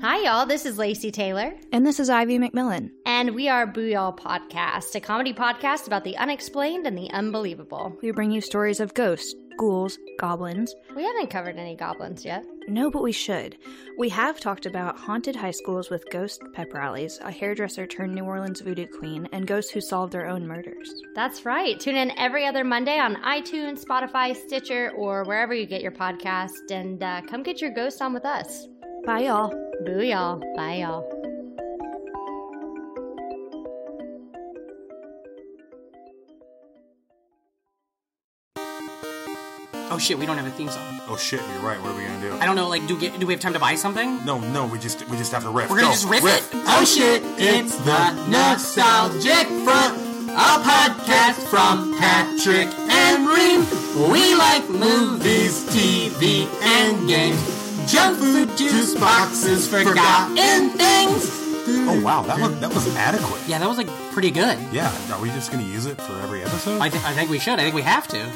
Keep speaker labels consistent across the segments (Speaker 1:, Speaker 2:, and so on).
Speaker 1: Hi, y'all. This is Lacey Taylor,
Speaker 2: And this is Ivy McMillan.
Speaker 1: and we are Boo Y'all Podcast, a comedy podcast about the unexplained and the unbelievable.
Speaker 2: We bring you stories of ghosts, ghouls, goblins.
Speaker 1: We haven't covered any goblins yet.
Speaker 2: No, but we should. We have talked about haunted high schools with ghost pep rallies, a hairdresser turned New Orleans voodoo queen, and ghosts who solve their own murders.
Speaker 1: That's right. Tune in every other Monday on iTunes, Spotify, Stitcher, or wherever you get your podcast, and uh, come get your ghost on with us.
Speaker 2: Bye, y'all.
Speaker 1: Boo y'all. Bye, y'all.
Speaker 3: Oh shit, we don't have a theme song.
Speaker 4: Oh shit, you're right. What are we gonna do?
Speaker 3: I don't know. Like, do get, do we have time to buy something?
Speaker 4: No, no, we just we just have to riff.
Speaker 3: We're gonna
Speaker 4: Go,
Speaker 3: just riff, it.
Speaker 4: Oh shit, it's the nostalgic front, a podcast from Patrick and Reem. We like movies, TV, and games, junk food, juice boxes, forgotten things. Oh wow, that was that was adequate.
Speaker 3: Yeah, that was like pretty good.
Speaker 4: Yeah, are we just gonna use it for every episode?
Speaker 3: I, th- I think we should. I think we have to.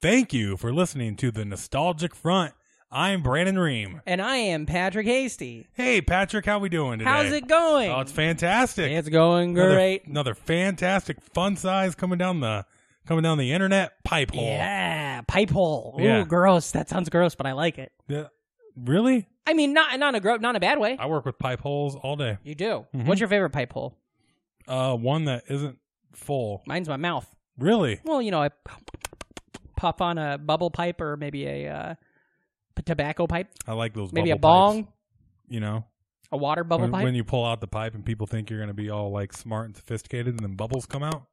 Speaker 5: Thank you for listening to the Nostalgic Front. I'm Brandon Ream.
Speaker 6: And I am Patrick Hasty.
Speaker 5: Hey Patrick, how we doing today?
Speaker 6: How's it going?
Speaker 5: Oh, it's fantastic.
Speaker 6: It's going
Speaker 5: Another-
Speaker 6: great.
Speaker 5: Another, fantastic fun size coming down the coming down the internet pipe hole.
Speaker 6: Yeah, pipe hole. Ooh,
Speaker 5: Yeah.
Speaker 6: gross. That sounds gross, but I like it.
Speaker 5: Yeah. Really?
Speaker 6: I mean, not not in a gro- not in a bad way.
Speaker 5: I work with pipe holes all day.
Speaker 6: You do.
Speaker 5: Mhm.
Speaker 6: What's your favorite pipe hole?
Speaker 5: Uh, one that isn't full.
Speaker 6: Mine's my mouth.
Speaker 5: Really?
Speaker 6: Well, you know, I pop on a bubble pipe or maybe a uh, p- tobacco pipe,
Speaker 5: I like those.
Speaker 6: maybe a
Speaker 5: bubble
Speaker 6: bong,
Speaker 5: pipes, you know,
Speaker 6: a water bubble
Speaker 5: when,
Speaker 6: pipe.
Speaker 5: when you pull out the pipe and people think you're going to be all like smart and sophisticated, and then bubbles come out.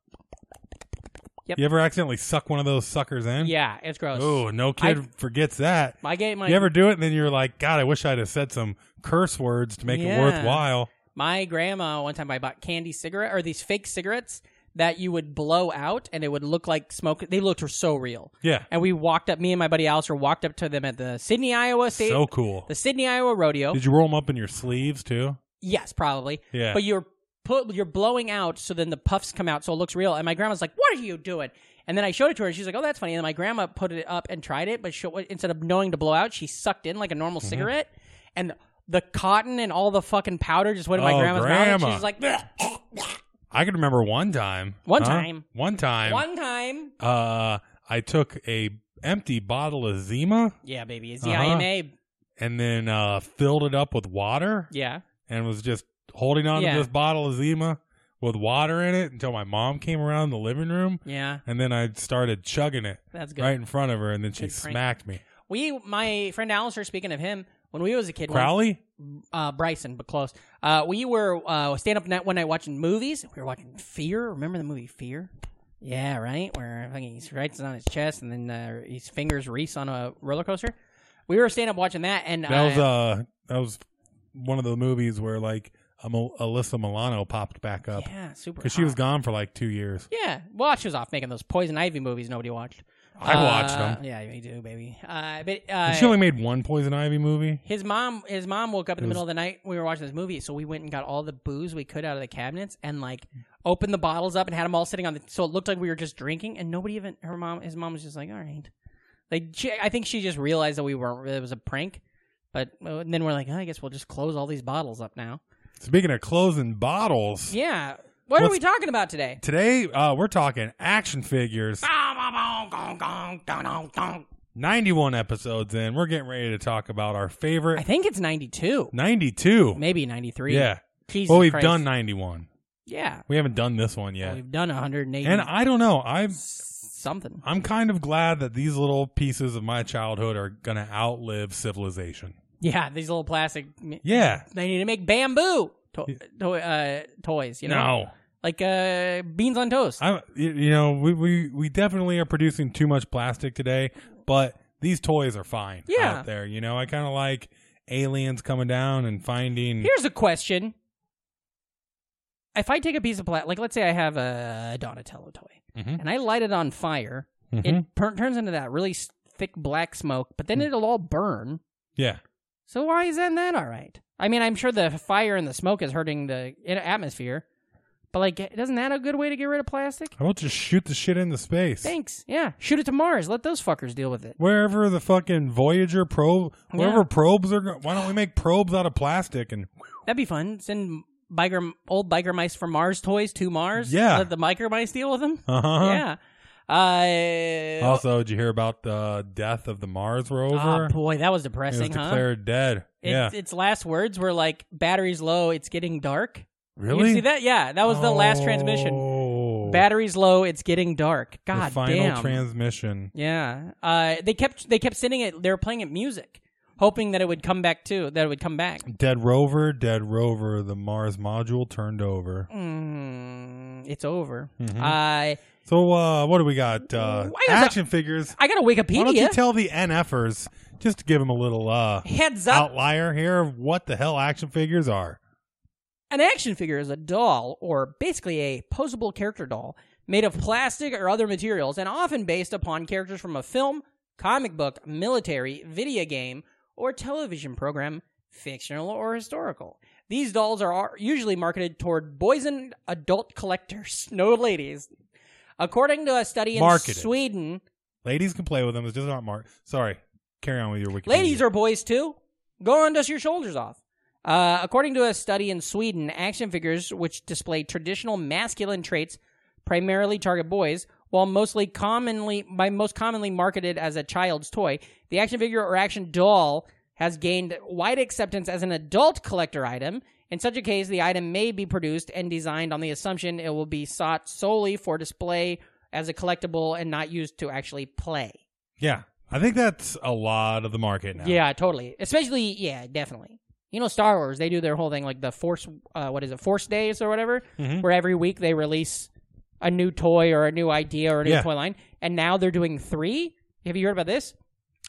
Speaker 6: Yep.
Speaker 5: You ever accidentally suck one of those suckers in?
Speaker 6: yeah, it's gross.
Speaker 5: Oh, no kid
Speaker 6: I-
Speaker 5: forgets that.
Speaker 6: My game, my
Speaker 5: you ever do it and then you're like, God, I wish I'd have said some curse words to make
Speaker 6: Yeah.
Speaker 5: it worthwhile.
Speaker 6: My grandma one time I bought candy cigarette or these fake cigarettes that you would blow out and it would look like smoke. They looked so real.
Speaker 5: Yeah.
Speaker 6: And we walked up. Me and my buddy Alistair walked up to them at the Sydney, Iowa state,
Speaker 5: So cool.
Speaker 6: the Sydney, Iowa rodeo.
Speaker 5: Did you roll them up in your sleeves too?
Speaker 6: yes, probably.
Speaker 5: Yeah.
Speaker 6: But you're put you're blowing out, so then the puffs come out, so it looks real. And my grandma's like, "What are you doing?" And then I showed it to her, and she's like, "Oh, that's funny." And then my grandma put it up and tried it, but she, instead of knowing to blow out, she sucked in like a normal
Speaker 5: Mm-hmm.
Speaker 6: cigarette, and the cotton and all the fucking powder just went in my
Speaker 5: Oh,
Speaker 6: grandma's mouth. And
Speaker 5: grandma.
Speaker 6: she's like, "Bleh."
Speaker 5: I can remember one time.
Speaker 6: One time.
Speaker 5: One time.
Speaker 6: One time.
Speaker 5: Uh, I took a empty bottle of Zima
Speaker 6: Yeah, baby. It's
Speaker 5: Uh-huh.
Speaker 6: D-I-M-A.
Speaker 5: and then uh, filled it up with water
Speaker 6: Yeah.
Speaker 5: and was just holding on
Speaker 6: Yeah.
Speaker 5: to this bottle of Zima with water in it until my mom came around the living room
Speaker 6: Yeah.
Speaker 5: and then I started chugging it
Speaker 6: That's good.
Speaker 5: right in front of her and then she
Speaker 6: Good prank.
Speaker 5: smacked me.
Speaker 6: We, my friend Alistair, speaking of him, when we was a kid, one-
Speaker 5: Crowley?
Speaker 6: uh, Bryson, but close. Uh, we were uh, stand up night one night watching movies. We were watching Fear. Remember the movie Fear? Yeah, right. Where fucking he writes it on his chest and then uh, his fingers Reese on a roller coaster. We were stand up watching that, and
Speaker 5: That was
Speaker 6: uh,
Speaker 5: uh that was one of the movies where like um, Alyssa Milano popped back up
Speaker 6: yeah, super.
Speaker 5: because she was
Speaker 6: hot.
Speaker 5: gone for like two years.
Speaker 6: Yeah, well, she was off making those Poison Ivy movies nobody watched.
Speaker 5: I watched
Speaker 6: Uh,
Speaker 5: them.
Speaker 6: Yeah, you do, baby. Uh, but
Speaker 5: And she
Speaker 6: uh,
Speaker 5: only made one Poison Ivy movie.
Speaker 6: his mom, his mom woke up in the
Speaker 5: It was-
Speaker 6: middle of the night. We were watching this movie, so we went and got all the booze we could out of the cabinets and like
Speaker 5: Mm.
Speaker 6: opened the bottles up and had them all sitting on the. So it looked like we were just drinking, and nobody even her mom. His mom was just like, "All right." Like she, I think she just realized that we weren't. It was a prank. But and then we're like, "Oh, I guess we'll just close all these bottles up now.
Speaker 5: Speaking of closing bottles,
Speaker 6: Yeah. What are
Speaker 5: What's-
Speaker 6: we talking about today?
Speaker 5: today uh, we're talking action figures.
Speaker 6: I
Speaker 5: Ninety-one episodes in, we're getting ready to talk about our favorite
Speaker 6: think it's ninety two,
Speaker 5: ninety-two.
Speaker 6: maybe ninety three.
Speaker 5: Yeah,
Speaker 6: Jesus
Speaker 5: well we've
Speaker 6: Christ.
Speaker 5: done ninety-one.
Speaker 6: Yeah.
Speaker 5: We haven't done this one yet,
Speaker 6: We've done one hundred and eighty.
Speaker 5: and I don't know. I'm
Speaker 6: something.
Speaker 5: I'm kind of glad that these little pieces of my childhood are gonna outlive civilization.
Speaker 6: Yeah, these little plastic.
Speaker 5: Yeah.
Speaker 6: They need to make bamboo to- to- uh, toys. You know,
Speaker 5: no.
Speaker 6: like uh, beans on toast.
Speaker 5: I, you you know, we, we we definitely are producing too much plastic today, but these toys are fine
Speaker 6: Yeah.
Speaker 5: out there. You know, I kind of like aliens coming down and finding.
Speaker 6: Here's a question: If I take a piece of plastic, like let's say I have a Donatello toy,
Speaker 5: Mhm.
Speaker 6: and I light it on fire,
Speaker 5: Mhm.
Speaker 6: it per- turns into that really s- thick black smoke, but then it'll all burn.
Speaker 5: yeah,
Speaker 6: So why isn't that all right? I mean, I'm sure the fire and the smoke is hurting the in- atmosphere, But like, isn't that a good way to get rid of plastic?
Speaker 5: How about just shoot the shit into space?
Speaker 6: Thanks. Yeah, shoot it to Mars. Let those fuckers deal with it.
Speaker 5: Wherever the fucking Voyager probe,
Speaker 6: Yeah.
Speaker 5: wherever probes are going, why don't we make probes out of plastic and
Speaker 6: That'd be fun. Send biker old biker mice from Mars toys to Mars.
Speaker 5: Yeah.
Speaker 6: Let the biker mice deal with them.
Speaker 5: uh-huh.
Speaker 6: Yeah. Uh,
Speaker 5: Also, did you hear about the death of the Mars rover?
Speaker 6: Ah, boy, that was
Speaker 5: it was
Speaker 6: depressing, huh?
Speaker 5: declared dead. yeah,
Speaker 6: It's, its last words were like, "Batteries low. It's getting dark."
Speaker 5: really?
Speaker 6: You see that? Yeah, that was the last transmission.
Speaker 5: Oh.
Speaker 6: Batteries low. It's getting dark.
Speaker 5: The
Speaker 6: God
Speaker 5: final
Speaker 6: damn.
Speaker 5: transmission.
Speaker 6: yeah. Uh, they kept they kept sending it. They were playing it music, hoping that it would come back too. That it would come back.
Speaker 5: Dead rover, dead rover. The Mars module turned over.
Speaker 6: Mm, it's over.
Speaker 5: Mhm.
Speaker 6: I
Speaker 5: So, uh, what do we got? Uh,
Speaker 6: Uh, Why does
Speaker 5: action figures.
Speaker 6: I got a
Speaker 5: Why don't you
Speaker 6: Wikipedia
Speaker 5: tell the NFers just to give them a little uh,
Speaker 6: heads up.
Speaker 5: outlier here of what the hell action figures are?
Speaker 6: An action figure is a doll, or basically a posable character doll, made of plastic or other materials, and often based upon characters from a film, comic book, military, video game, or television program, fictional or historical. These dolls are ar- usually marketed toward boys and adult collectors, no ladies. According to a study in
Speaker 5: Marketed.
Speaker 6: Sweden,
Speaker 5: Ladies can play with them. It's just not Mark. Sorry. Carry on with your Wikipedia.
Speaker 6: Ladies are boys too. Go on, dust your shoulders off. Uh, according to a study in Sweden, action figures which display traditional masculine traits primarily target boys, while mostly commonly by most commonly marketed as a child's toy. The action figure or action doll has gained wide acceptance as an adult collector item. In such a case, the item may be produced and designed on the assumption it will be sought solely for display as a collectible and not used to actually play.
Speaker 5: Yeah. I think that's a lot of the market now.
Speaker 6: Yeah, totally. Especially, yeah, definitely. You know, Star Wars, they do their whole thing like the Force, uh, what is it, Force Days or whatever,
Speaker 5: Mm-hmm.
Speaker 6: where every week they release a new toy or a new idea or a new
Speaker 5: Yeah.
Speaker 6: toy line. And now they're doing three. Have you heard about this?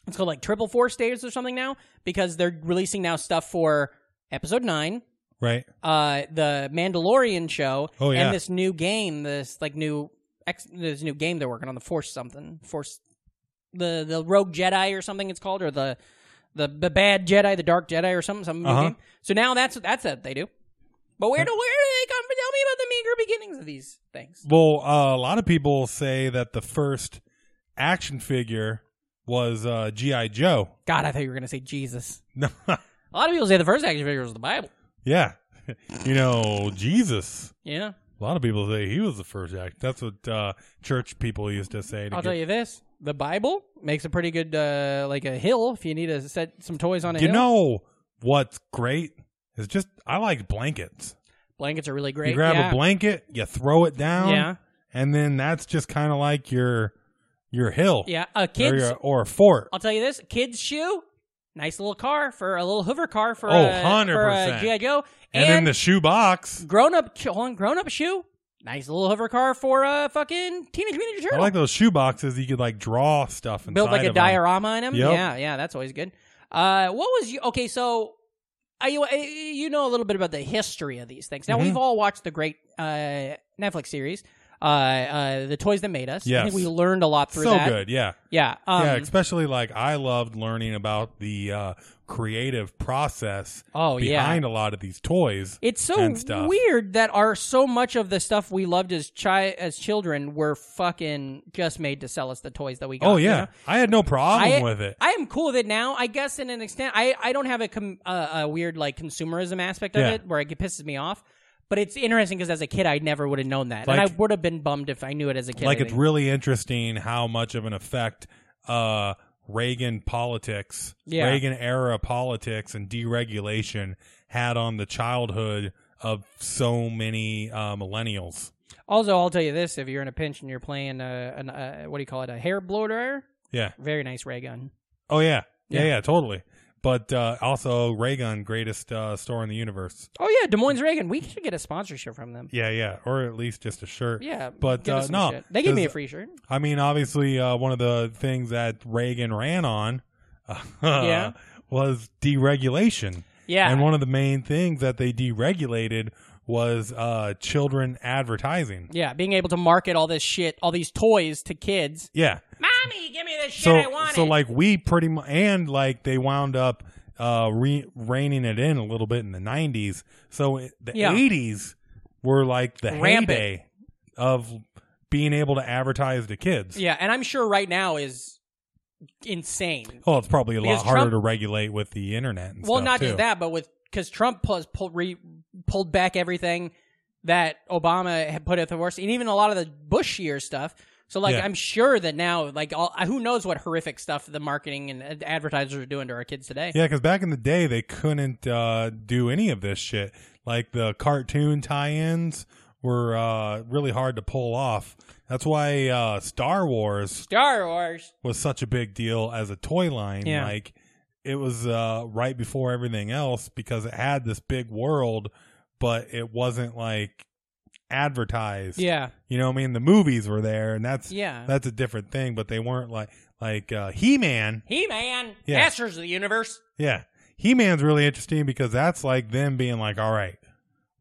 Speaker 6: It's called like Triple Force Days or something now because they're releasing now stuff for Episode 9,
Speaker 5: Right.
Speaker 6: uh, the Mandalorian show,
Speaker 5: Oh, yeah.
Speaker 6: and this new game, this like new ex- this new game they're working on, the Force something, Force, the the Rogue Jedi or something it's called, or the the, the bad Jedi, the Dark Jedi or something, some new
Speaker 5: Uh-huh.
Speaker 6: game. So now that's that's what they do. But where do where do they come from? Tell me about the meager beginnings of these things.
Speaker 5: Well, uh, a lot of people say that the first action figure was uh, G.I. Joe.
Speaker 6: God, I thought you were gonna say Jesus.
Speaker 5: No.
Speaker 6: A lot of people say the first action figure was the Bible.
Speaker 5: yeah. you know, Jesus.
Speaker 6: Yeah,
Speaker 5: A lot of people say he was the first act. That's what uh, church people used to say. To
Speaker 6: I'll
Speaker 5: get-
Speaker 6: tell you this: the Bible makes a pretty good uh, like a hill if you need to set some toys on a
Speaker 5: You
Speaker 6: hill.
Speaker 5: know what's great? It's just, I like blankets.
Speaker 6: blankets are really great.
Speaker 5: You grab
Speaker 6: yeah.
Speaker 5: a blanket, you throw it down,
Speaker 6: Yeah,
Speaker 5: and then that's just kind of like your your hill,
Speaker 6: yeah. A
Speaker 5: or,
Speaker 6: kid's.
Speaker 5: your, or a fort.
Speaker 6: I'll tell you this: kid's shoe, nice little car for a little Hoover car for
Speaker 5: Oh,
Speaker 6: a,
Speaker 5: 100%.
Speaker 6: for a GI Joe,
Speaker 5: and, then
Speaker 6: and,
Speaker 5: the shoe box.
Speaker 6: grown up hold on grown up shoe, nice little Hoover car for a fucking teenage mutant
Speaker 5: I
Speaker 6: turtle.
Speaker 5: like those shoe boxes. You could like draw stuff and
Speaker 6: Build like a diorama in them.
Speaker 5: Yep.
Speaker 6: Yeah, yeah, that's always good. Uh, what was you? Okay, so. I, I- you know a little bit about the history of these things. Now
Speaker 5: Mhm.
Speaker 6: we've all watched the great uh, Netflix series, uh, uh, "The Toys That Made Us." I
Speaker 5: Yes.
Speaker 6: think we learned a lot
Speaker 5: So
Speaker 6: through that.
Speaker 5: good, yeah,
Speaker 6: Yeah, um,
Speaker 5: yeah. Especially like I loved learning about the uh, creative process
Speaker 6: Oh yeah,
Speaker 5: behind a lot of these toys.
Speaker 6: It's so
Speaker 5: and stuff.
Speaker 6: weird that our so much of the stuff we loved as chi- as children were fucking just made to sell us the toys that we got.
Speaker 5: oh
Speaker 6: you
Speaker 5: yeah,
Speaker 6: know?
Speaker 5: I had no problem
Speaker 6: I-
Speaker 5: with it.
Speaker 6: I am cool with it now. I guess in an extent, I, I don't have a com- uh, a weird like consumerism aspect of
Speaker 5: Yeah.
Speaker 6: it where it pisses me off. But it's interesting because as a kid, I never would have known that, and I
Speaker 5: Like-
Speaker 6: would have been bummed if I knew it as a kid.
Speaker 5: like
Speaker 6: I
Speaker 5: it's
Speaker 6: think.
Speaker 5: really interesting how much of an effect uh Reagan politics,
Speaker 6: Yeah.
Speaker 5: Reagan era politics and deregulation had on the childhood of so many uh, millennials.
Speaker 6: also, I'll tell you this: if you're in a pinch and you're playing a, an, uh what do you call it, a hair blow dryer,
Speaker 5: Yeah.
Speaker 6: very nice ray gun.
Speaker 5: Oh yeah. Yeah,
Speaker 6: Yeah.
Speaker 5: yeah, totally. But uh also Raygun greatest uh store in the universe.
Speaker 6: Oh yeah, Des Moines Reagan. We should get a sponsorship from them.
Speaker 5: Yeah, yeah, or at least just a shirt.
Speaker 6: Yeah,
Speaker 5: But,
Speaker 6: give
Speaker 5: uh,
Speaker 6: us some
Speaker 5: no,
Speaker 6: shit. they gave me a
Speaker 5: 'cause-
Speaker 6: free shirt.
Speaker 5: I mean, obviously uh one of the things that Reagan ran on uh,
Speaker 6: Yeah.
Speaker 5: was deregulation.
Speaker 6: Yeah,
Speaker 5: And one of the main things that they deregulated was uh, children advertising.
Speaker 6: yeah, being able to market all this shit, all these toys to kids.
Speaker 5: Yeah.
Speaker 6: Mommy, give me this shit
Speaker 5: So
Speaker 6: I want.
Speaker 5: so like we pretty mu and like they wound up uh re- reining it in a little bit in the 90s. So it- the
Speaker 6: Yeah.
Speaker 5: 80s were like the
Speaker 6: Rampant.
Speaker 5: heyday of being able to advertise to kids.
Speaker 6: Yeah, and I'm sure right now is insane.
Speaker 5: Well, it's probably a lot
Speaker 6: Because
Speaker 5: harder
Speaker 6: Trump-
Speaker 5: to regulate with the internet. And
Speaker 6: well,
Speaker 5: stuff,
Speaker 6: not
Speaker 5: too.
Speaker 6: just that, but with because Trump plus pulled re, pulled back everything that Obama had put at the worst, and even a lot of the Bush year stuff. So like,
Speaker 5: Yeah.
Speaker 6: I'm sure that now, like, all, who knows what horrific stuff the marketing and ad- advertisers are doing to our kids today?
Speaker 5: Yeah, because back in the day, they couldn't uh, do any of this shit. Like the cartoon tie-ins were uh, really hard to pull off. That's why uh, Star Wars
Speaker 6: Star Wars.
Speaker 5: was such a big deal as a toy line.
Speaker 6: Yeah.
Speaker 5: Like it was uh, right before everything else because it had this big world, but it wasn't like advertised.
Speaker 6: Yeah,
Speaker 5: You know what I mean? The movies were there, and that's
Speaker 6: yeah.
Speaker 5: that's a different thing. But they weren't like like uh, He Man.
Speaker 6: He Man,
Speaker 5: Yeah.
Speaker 6: Masters of the Universe.
Speaker 5: Yeah. He Man's really interesting because that's like them being like, all right,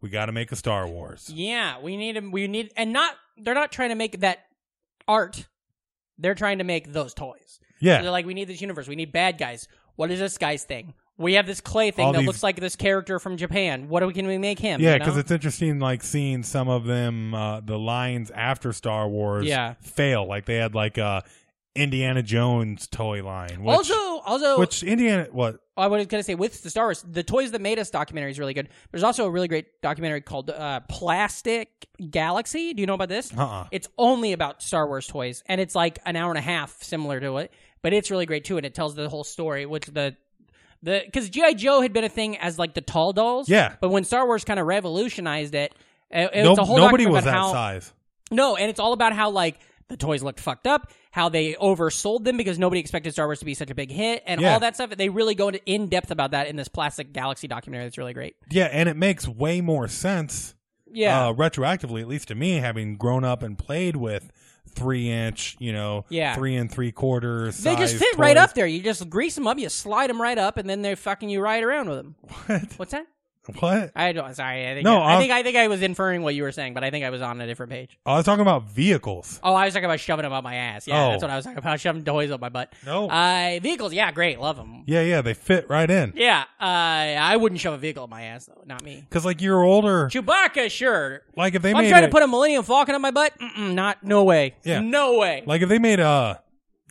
Speaker 5: we got to make a Star Wars.
Speaker 6: Yeah, we need them. We need, and not they're not trying to make that art. They're trying to make those toys. So
Speaker 5: Yeah.
Speaker 6: They're like, we need this universe. We need bad guys. What is this guy's thing? We have this clay thing
Speaker 5: All
Speaker 6: that
Speaker 5: these-
Speaker 6: looks like this character from Japan. What do we, can we make him?
Speaker 5: Yeah,
Speaker 6: you know?
Speaker 5: because it's interesting, like seeing some of them, uh, the lines after Star Wars,
Speaker 6: Yeah.
Speaker 5: fail. Like they had like a Indiana Jones toy line, which,
Speaker 6: also also
Speaker 5: which Indiana, what
Speaker 6: I was gonna say with the Star Wars, the Toys That Made Us documentary is really good. There's also a really great documentary called uh, Plastic Galaxy. Do you know about this?
Speaker 5: Uh-uh.
Speaker 6: It's only about Star Wars toys, and it's like an hour and a half, similar to it, but it's really great too, and it tells the whole story with the. The because GI Joe had been a thing as like the tall dolls,
Speaker 5: Yeah.
Speaker 6: But when Star Wars kind of revolutionized it, it, it's
Speaker 5: Nope,
Speaker 6: a whole
Speaker 5: nobody
Speaker 6: document
Speaker 5: was that
Speaker 6: about how,
Speaker 5: size.
Speaker 6: No, and it's all about how like the toys looked fucked up, how they oversold them because nobody expected Star Wars to be such a big hit, and
Speaker 5: Yeah.
Speaker 6: all that stuff. They really go into in depth about that in this Plastic Galaxy documentary. That's really great.
Speaker 5: Yeah, and it makes way more sense
Speaker 6: Yeah,
Speaker 5: uh, retroactively, at least to me, having grown up and played with three inch, you know,
Speaker 6: Yeah.
Speaker 5: three and three quarters.
Speaker 6: they just fit right up there. You just grease them up, you slide them right up, and then they're fucking you right around with them.
Speaker 5: What?
Speaker 6: What's that?
Speaker 5: What?
Speaker 6: I don't. Sorry, I think
Speaker 5: No,
Speaker 6: I,
Speaker 5: I'll-
Speaker 6: think I think I was inferring what you were saying, but I think I was on a different page.
Speaker 5: Oh, I was talking about vehicles.
Speaker 6: Oh, I was talking about shoving them up my ass. Yeah,
Speaker 5: Oh.
Speaker 6: that's what I was talking about. Shoving toys up my butt.
Speaker 5: No.
Speaker 6: Uh, vehicles, yeah, great, love them.
Speaker 5: yeah, yeah, they fit right in.
Speaker 6: Yeah, uh, I wouldn't shove a vehicle up my ass though. Not me.
Speaker 5: Because like you're older,
Speaker 6: Chewbacca, sure.
Speaker 5: like if they
Speaker 6: If
Speaker 5: made
Speaker 6: I'm trying
Speaker 5: a,
Speaker 6: to put a Millennium Falcon on my butt. Mm-mm, not, no way.
Speaker 5: Yeah.
Speaker 6: No way.
Speaker 5: like if they made a,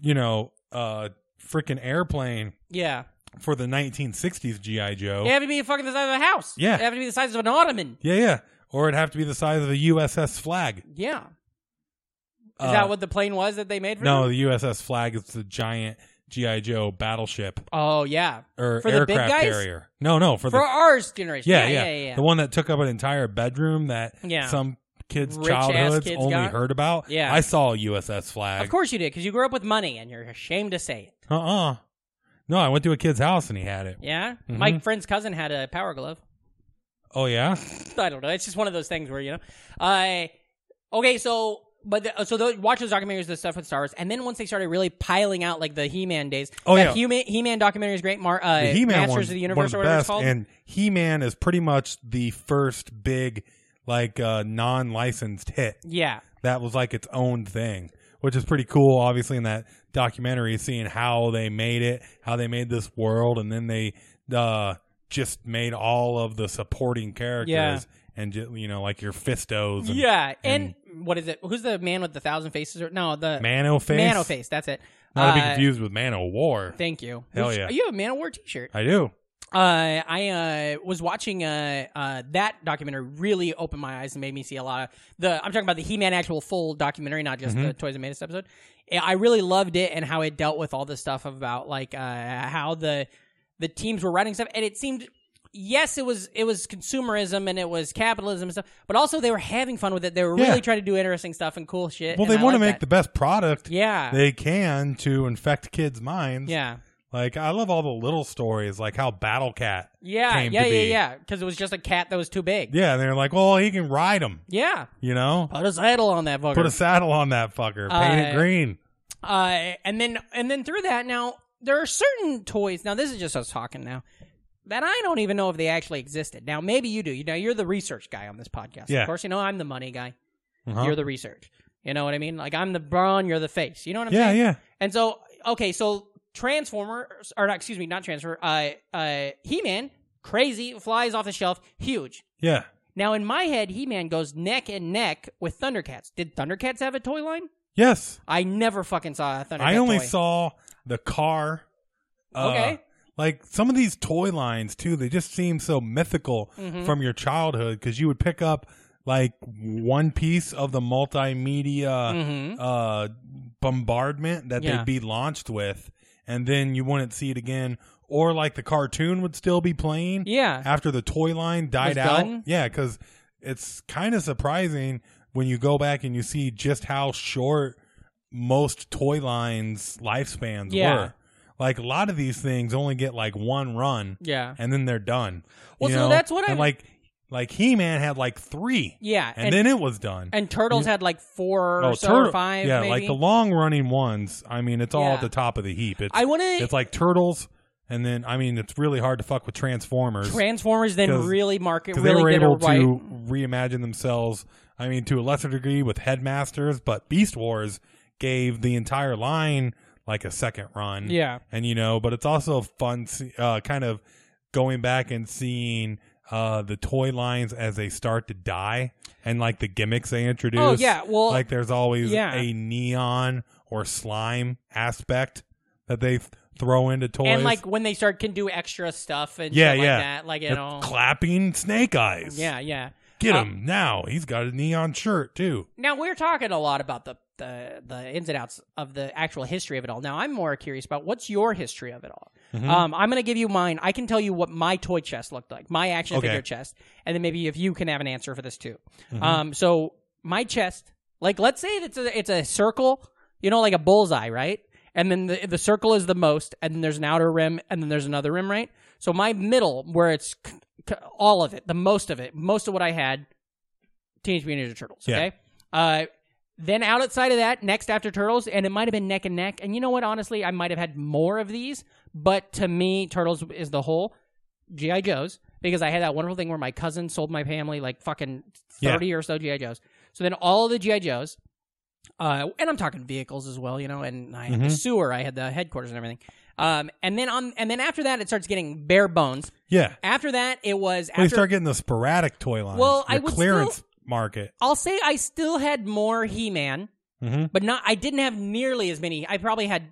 Speaker 5: you know, a freaking airplane
Speaker 6: yeah.
Speaker 5: for the 1960s GI Joe.
Speaker 6: It have to be fucking the size of a house.
Speaker 5: Oh. Yeah.
Speaker 6: It have to be the size of an ottoman.
Speaker 5: yeah, yeah. Or it'd have to be the size of a USS flag.
Speaker 6: Yeah. Is
Speaker 5: Uh,
Speaker 6: that what the plane was that they made for
Speaker 5: No,
Speaker 6: them?
Speaker 5: the USS flag is the giant GI Joe battleship
Speaker 6: Oh, yeah.
Speaker 5: or
Speaker 6: For the big
Speaker 5: aircraft
Speaker 6: guys?
Speaker 5: carrier. No, no, for,
Speaker 6: For
Speaker 5: the
Speaker 6: our generation.
Speaker 5: yeah,
Speaker 6: yeah,
Speaker 5: yeah,
Speaker 6: yeah.
Speaker 5: the one that took up an entire bedroom that
Speaker 6: Yeah.
Speaker 5: some kids'
Speaker 6: Rich-ass
Speaker 5: childhoods
Speaker 6: kids
Speaker 5: only
Speaker 6: got.
Speaker 5: heard about.
Speaker 6: Yeah.
Speaker 5: I saw a USS flag.
Speaker 6: Of course you did, because you grew up with money and you're ashamed to say it.
Speaker 5: Uh uh No, I went to a kid's house and he had it.
Speaker 6: Yeah?
Speaker 5: Mhm.
Speaker 6: My friend's cousin had a power glove.
Speaker 5: Oh yeah,
Speaker 6: I don't know. It's just one of those things where you know. Uh, okay, so but the, so those, watch those documentaries, the stuff with Star Wars, and then once they started really piling out like the He Man days.
Speaker 5: Oh,
Speaker 6: that
Speaker 5: yeah.
Speaker 6: He-Man, He-Man documentary is great. Mar- uh,
Speaker 5: the He Man
Speaker 6: Masters
Speaker 5: one,
Speaker 6: of the
Speaker 5: one
Speaker 6: Universe,
Speaker 5: of the
Speaker 6: or whatever
Speaker 5: best,
Speaker 6: it's called.
Speaker 5: and He Man is pretty much the first big like uh, non-licensed hit
Speaker 6: yeah,
Speaker 5: that was like its own thing, which is pretty cool. Obviously, in that documentary, seeing how they made it, how they made this world, and then they uh, just made all of the supporting characters
Speaker 6: Yeah.
Speaker 5: and ju- you know like your Fistos, and
Speaker 6: yeah, and, what is it? Who's the man with the thousand faces? Or no, the
Speaker 5: Mano Face,
Speaker 6: Mano face. That's it.
Speaker 5: not to be
Speaker 6: Uh,
Speaker 5: confused with Man O War.
Speaker 6: Thank you.
Speaker 5: Hell
Speaker 6: Which-
Speaker 5: yeah.
Speaker 6: You have a Man of War T-shirt.
Speaker 5: I do.
Speaker 6: Uh, I uh, was watching uh, uh, that documentary really opened my eyes and made me see a lot of the. I'm talking about the He-Man actual full documentary, not just
Speaker 5: Mm-hmm.
Speaker 6: the Toys and Made Us episode. I I really loved it and how it dealt with all this stuff about like uh, how the the teams were writing stuff, and it seemed yes, it was it was consumerism and it was capitalism and stuff, but also they were having fun with it. They were
Speaker 5: Yeah.
Speaker 6: really trying to do interesting stuff and cool shit.
Speaker 5: Well,
Speaker 6: and
Speaker 5: they
Speaker 6: I
Speaker 5: want to
Speaker 6: like
Speaker 5: make
Speaker 6: that.
Speaker 5: the best product
Speaker 6: yeah
Speaker 5: they can to infect kids' minds.
Speaker 6: yeah.
Speaker 5: Like I love all the little stories, like how Battle Cat.
Speaker 6: Yeah,
Speaker 5: came
Speaker 6: yeah,
Speaker 5: to
Speaker 6: yeah,
Speaker 5: be.
Speaker 6: yeah. Because it was just a cat that was too big.
Speaker 5: Yeah, they're like, well, he can ride them.
Speaker 6: Yeah.
Speaker 5: You know,
Speaker 6: Put a saddle on that fucker.
Speaker 5: put a saddle on that fucker, paint it
Speaker 6: Uh,
Speaker 5: green.
Speaker 6: uh, and then and then through that now there are certain toys. Now this is just us talking now that I don't even know if they actually existed. Now maybe you do. You know you're the research guy on this podcast.
Speaker 5: Yeah.
Speaker 6: Of course, you know I'm the money guy.
Speaker 5: Uh-huh.
Speaker 6: You're the research. You know what I mean? Like I'm the brawn. You're the face. You know what I'm
Speaker 5: yeah,
Speaker 6: saying?
Speaker 5: yeah.
Speaker 6: And so okay, so Transformers or not, excuse me, not Transformer. Uh, uh, He Man, crazy, flies off the shelf, huge.
Speaker 5: Yeah.
Speaker 6: Now in my head, He Man goes neck and neck with Thundercats. Did Thundercats have a toy line?
Speaker 5: Yes,
Speaker 6: I never fucking saw a Thundercat.
Speaker 5: I only
Speaker 6: toy.
Speaker 5: saw the car. Uh,
Speaker 6: Okay.
Speaker 5: Like some of these toy lines too, they just seem so mythical
Speaker 6: Mm-hmm.
Speaker 5: from your childhood because you would pick up like one piece of the multimedia
Speaker 6: Mhm.
Speaker 5: uh, bombardment that
Speaker 6: Yeah.
Speaker 5: they'd be launched with, and then you wouldn't see it again, or like the cartoon would still be playing.
Speaker 6: Yeah.
Speaker 5: after the toy line died out.
Speaker 6: done?
Speaker 5: Yeah, because it's kind of surprising when you go back and you see just how short most toy lines lifespans
Speaker 6: Yeah.
Speaker 5: were. Like a lot of these things only get like one run,
Speaker 6: Yeah.
Speaker 5: and then they're done.
Speaker 6: Well,
Speaker 5: you
Speaker 6: so
Speaker 5: know?
Speaker 6: that's what
Speaker 5: and
Speaker 6: I'm-
Speaker 5: like. Like He Man had like three,
Speaker 6: Yeah,
Speaker 5: and,
Speaker 6: and-
Speaker 5: then it was done.
Speaker 6: And Turtles had like four or so or
Speaker 5: Turtle-
Speaker 6: five.
Speaker 5: Oh, Yeah,
Speaker 6: maybe.
Speaker 5: like the long running ones. I mean, it's all
Speaker 6: Yeah.
Speaker 5: at the top of the heap. It's
Speaker 6: I wanna-
Speaker 5: It's like turtles, and then I mean, it's really hard to fuck with Transformers
Speaker 6: Transformers then
Speaker 5: 'Cause-
Speaker 6: really market
Speaker 5: because
Speaker 6: really
Speaker 5: they were
Speaker 6: did
Speaker 5: able
Speaker 6: it right.
Speaker 5: to reimagine themselves. I mean, to a lesser degree with Headmasters, but Beast Wars gave the entire line like a second run.
Speaker 6: Yeah.
Speaker 5: and you know, but it's also fun, se- uh, kind of going back and seeing. Uh, the toy lines as they start to die, and like the gimmicks they introduce.
Speaker 6: Oh, yeah, well,
Speaker 5: like there's always
Speaker 6: yeah.
Speaker 5: a neon or slime aspect that they th- throw into toys.
Speaker 6: And like when they start can do extra stuff and
Speaker 5: yeah,
Speaker 6: shit
Speaker 5: yeah,
Speaker 6: like that. Like you
Speaker 5: The
Speaker 6: know.
Speaker 5: clapping snake eyes.
Speaker 6: yeah, yeah.
Speaker 5: Get
Speaker 6: Uh,
Speaker 5: him now. He's got a neon shirt too.
Speaker 6: Now we're talking a lot about the, the the ins and outs of the actual history of it all. Now I'm more curious about what's your history of it all.
Speaker 5: Mm-hmm.
Speaker 6: Um, I'm going to give you mine. I can tell you what my toy chest looked like, my action
Speaker 5: Okay. Mm-hmm.
Speaker 6: figure chest, and then maybe if you can have an answer for this too. Um, so my chest, like let's say it's a it's a circle, you know, like a bullseye, right? And then the the circle is the most, and then there's an outer rim, and then there's another rim, right? So my middle, where it's c- c- all of it, the most of it, most of what I had Teenage Mutant Ninja Turtles.
Speaker 5: Yeah.
Speaker 6: Okay. Uh, then out outside of that, next after Turtles, and it might have been neck and neck. And you know what? Honestly, I might have had more of these, but to me, Turtles is the whole GI Joes because I had that wonderful thing where my cousin sold my family like fucking
Speaker 5: Yeah.
Speaker 6: thirty or so GI Joes. So then all the GI Joes, uh, and I'm talking vehicles as well, you know. And I had
Speaker 5: Mm-hmm.
Speaker 6: the sewer, I had the headquarters and everything. Um, and then on, and then after that, it starts getting bare bones.
Speaker 5: Yeah.
Speaker 6: After that, it was
Speaker 5: Well, you
Speaker 6: after
Speaker 5: start getting the sporadic toy lines.
Speaker 6: Well, I
Speaker 5: your
Speaker 6: would
Speaker 5: clearance
Speaker 6: still-
Speaker 5: market.
Speaker 6: I'll say I still had more He Man,
Speaker 5: Mhm.
Speaker 6: but not. I didn't have nearly as many. I probably had,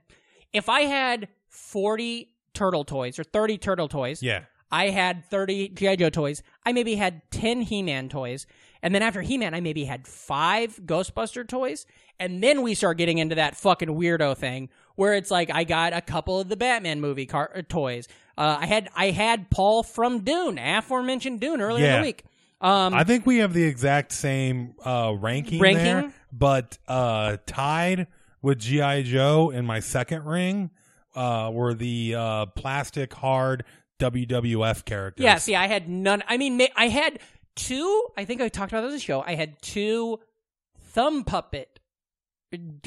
Speaker 6: if I had forty turtle toys or thirty turtle toys,
Speaker 5: Yeah.
Speaker 6: I had thirty GI Joe toys. I maybe had ten He Man toys, and then after He Man, I maybe had five Ghostbuster toys, and then we start getting into that fucking weirdo thing where it's like I got a couple of the Batman movie car- uh, toys. Uh, I had I had Paul from Dune, aforementioned Dune, earlier in
Speaker 5: Yeah.
Speaker 6: the week. Um,
Speaker 5: I think we have the exact same uh, ranking,
Speaker 6: Ranking?
Speaker 5: there, but uh, tied with GI Joe in my second ring uh, were the uh, plastic hard WWF characters.
Speaker 6: Yeah, see, I had none. I mean, ma- I had two. I think I talked about this on the show. I had two thumb puppet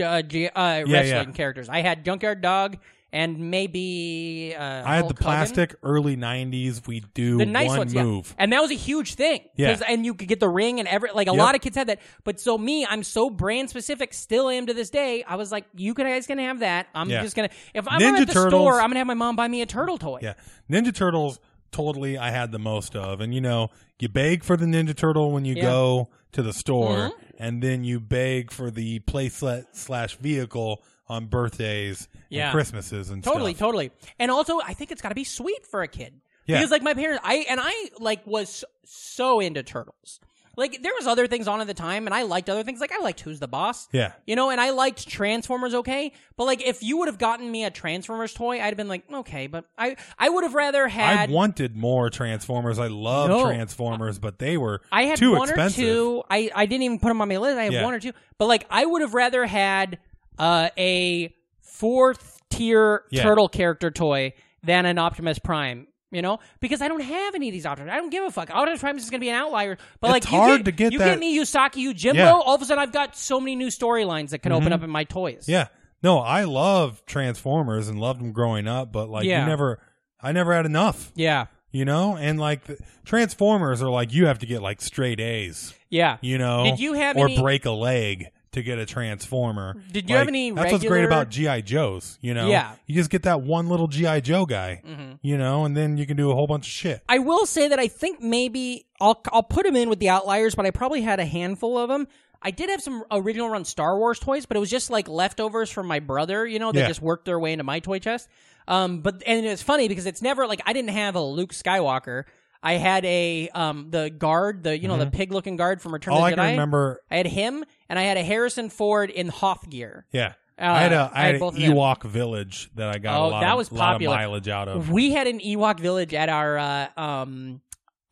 Speaker 6: uh, G- uh, wrestling
Speaker 5: yeah.
Speaker 6: characters. I had Junkyard Dog and maybe uh,
Speaker 5: I had
Speaker 6: Hulk Hogan.
Speaker 5: the plastic early '90s. We do
Speaker 6: the nice
Speaker 5: one
Speaker 6: ones,
Speaker 5: move.
Speaker 6: yeah. And that was a huge thing. 'Cause-
Speaker 5: Yeah.
Speaker 6: And you could get the ring and every like a
Speaker 5: Yep.
Speaker 6: lot of kids had that. But so me, I'm so brand specific, still am to this day. I was like, you guys can have that. I'm
Speaker 5: Yeah.
Speaker 6: just gonna if I'm
Speaker 5: Ninja
Speaker 6: at the
Speaker 5: Turtles-
Speaker 6: store, I'm gonna have my mom buy me a turtle toy.
Speaker 5: Yeah. Ninja Turtles, totally, I had the most of. And, you know, you beg for the Ninja Turtle when you
Speaker 6: Yeah. Mm-hmm.
Speaker 5: go to the store, and then you beg for the playset slash vehicle on birthdays
Speaker 6: Yeah.
Speaker 5: and Christmases and
Speaker 6: Totally,
Speaker 5: stuff.
Speaker 6: totally. And also, I think it's got to be sweet for a kid.
Speaker 5: Yeah.
Speaker 6: Because like my parents, I and I like was so into turtles. Like there was other things on at the time, and I liked other things. Like I liked Who's the Boss.
Speaker 5: Yeah.
Speaker 6: You know, and I liked Transformers. Okay, but like if you would have gotten me a Transformers toy, I'd have been like, okay, but I I would have rather had.
Speaker 5: I wanted more Transformers. I love
Speaker 6: No.
Speaker 5: Transformers, but they were
Speaker 6: I had
Speaker 5: too
Speaker 6: one
Speaker 5: expensive.
Speaker 6: or two. I, I didn't even put them on my list. I had
Speaker 5: Yeah.
Speaker 6: one or two, but like I would have rather had uh, a fourth tier
Speaker 5: Yeah.
Speaker 6: turtle character toy than an Optimus Prime. You know, because I don't have any of these Optimus. I don't give a fuck. Optimus Prime is going to be an outlier. But
Speaker 5: It's
Speaker 6: like, you
Speaker 5: hard
Speaker 6: get,
Speaker 5: to get
Speaker 6: you
Speaker 5: that-
Speaker 6: get me Usaki Ujimbo.
Speaker 5: Yeah. Mm-hmm.
Speaker 6: All of a sudden, I've got so many new storylines that can open up in my toys.
Speaker 5: Yeah. No, I love Transformers and loved them growing up, but, like,
Speaker 6: Yeah.
Speaker 5: you never, I never had enough.
Speaker 6: yeah,
Speaker 5: You know, and like the Transformers are like you have to get like straight A's.
Speaker 6: yeah.
Speaker 5: you know,
Speaker 6: Did you have
Speaker 5: or
Speaker 6: any-
Speaker 5: break a leg to get a transformer.
Speaker 6: Did you have any
Speaker 5: That's what's great
Speaker 6: regular-
Speaker 5: about GI Joes. You know,
Speaker 6: Yeah. Mm-hmm.
Speaker 5: you just get that one little GI Joe guy. You know, and then you can do a whole bunch of shit.
Speaker 6: I will say that I think maybe I'll I'll put them in with the outliers, but I probably had a handful of them. I did have some original run Star Wars toys, but it was just like leftovers from my brother. You know, they
Speaker 5: Yeah.
Speaker 6: just worked their way into my toy chest. Um, but and it's funny because it's never like I didn't have a Luke Skywalker. I had a um the guard, the you know the pig looking guard from Return
Speaker 5: Mm-hmm. All
Speaker 6: of the
Speaker 5: I
Speaker 6: Jedi.
Speaker 5: can remember,
Speaker 6: I had him, and I had a Harrison Ford in Hoth gear.
Speaker 5: yeah,
Speaker 6: Uh,
Speaker 5: I had a
Speaker 6: I
Speaker 5: I
Speaker 6: had
Speaker 5: had,
Speaker 6: both
Speaker 5: an
Speaker 6: of them.
Speaker 5: Ewok village that I got
Speaker 6: Oh,
Speaker 5: a lot
Speaker 6: that
Speaker 5: of,
Speaker 6: was
Speaker 5: lot of
Speaker 6: popular.
Speaker 5: mileage out of.
Speaker 6: We had an Ewok village at our uh, um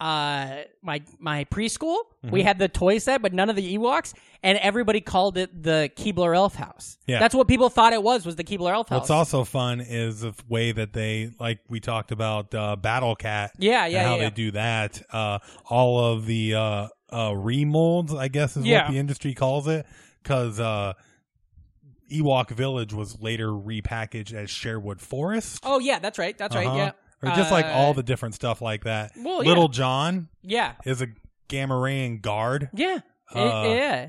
Speaker 6: uh my my preschool.
Speaker 5: Mhm.
Speaker 6: We had the toy set, but none of the Ewoks, and everybody called it the Keebler Elf House.
Speaker 5: Yeah.
Speaker 6: that's what people thought it was was the Keebler Elf House.
Speaker 5: What's also fun is the way that they, like we talked about, uh, Battle Cat.
Speaker 6: Yeah, yeah,
Speaker 5: and how
Speaker 6: yeah, yeah.
Speaker 5: they do that. Uh, all of the uh, uh, remolds, I guess, is
Speaker 6: Yeah.
Speaker 5: what the industry calls it, because uh, Ewok Village was later repackaged as Sherwood Forest.
Speaker 6: Oh yeah, that's right. That's right.
Speaker 5: Uh-huh.
Speaker 6: Yeah.
Speaker 5: Or just like
Speaker 6: Uh,
Speaker 5: all the different stuff like that.
Speaker 6: Well, yeah.
Speaker 5: Little John
Speaker 6: Yeah.
Speaker 5: is a gamma ray guard,
Speaker 6: Yeah. It-
Speaker 5: Uh,
Speaker 6: yeah.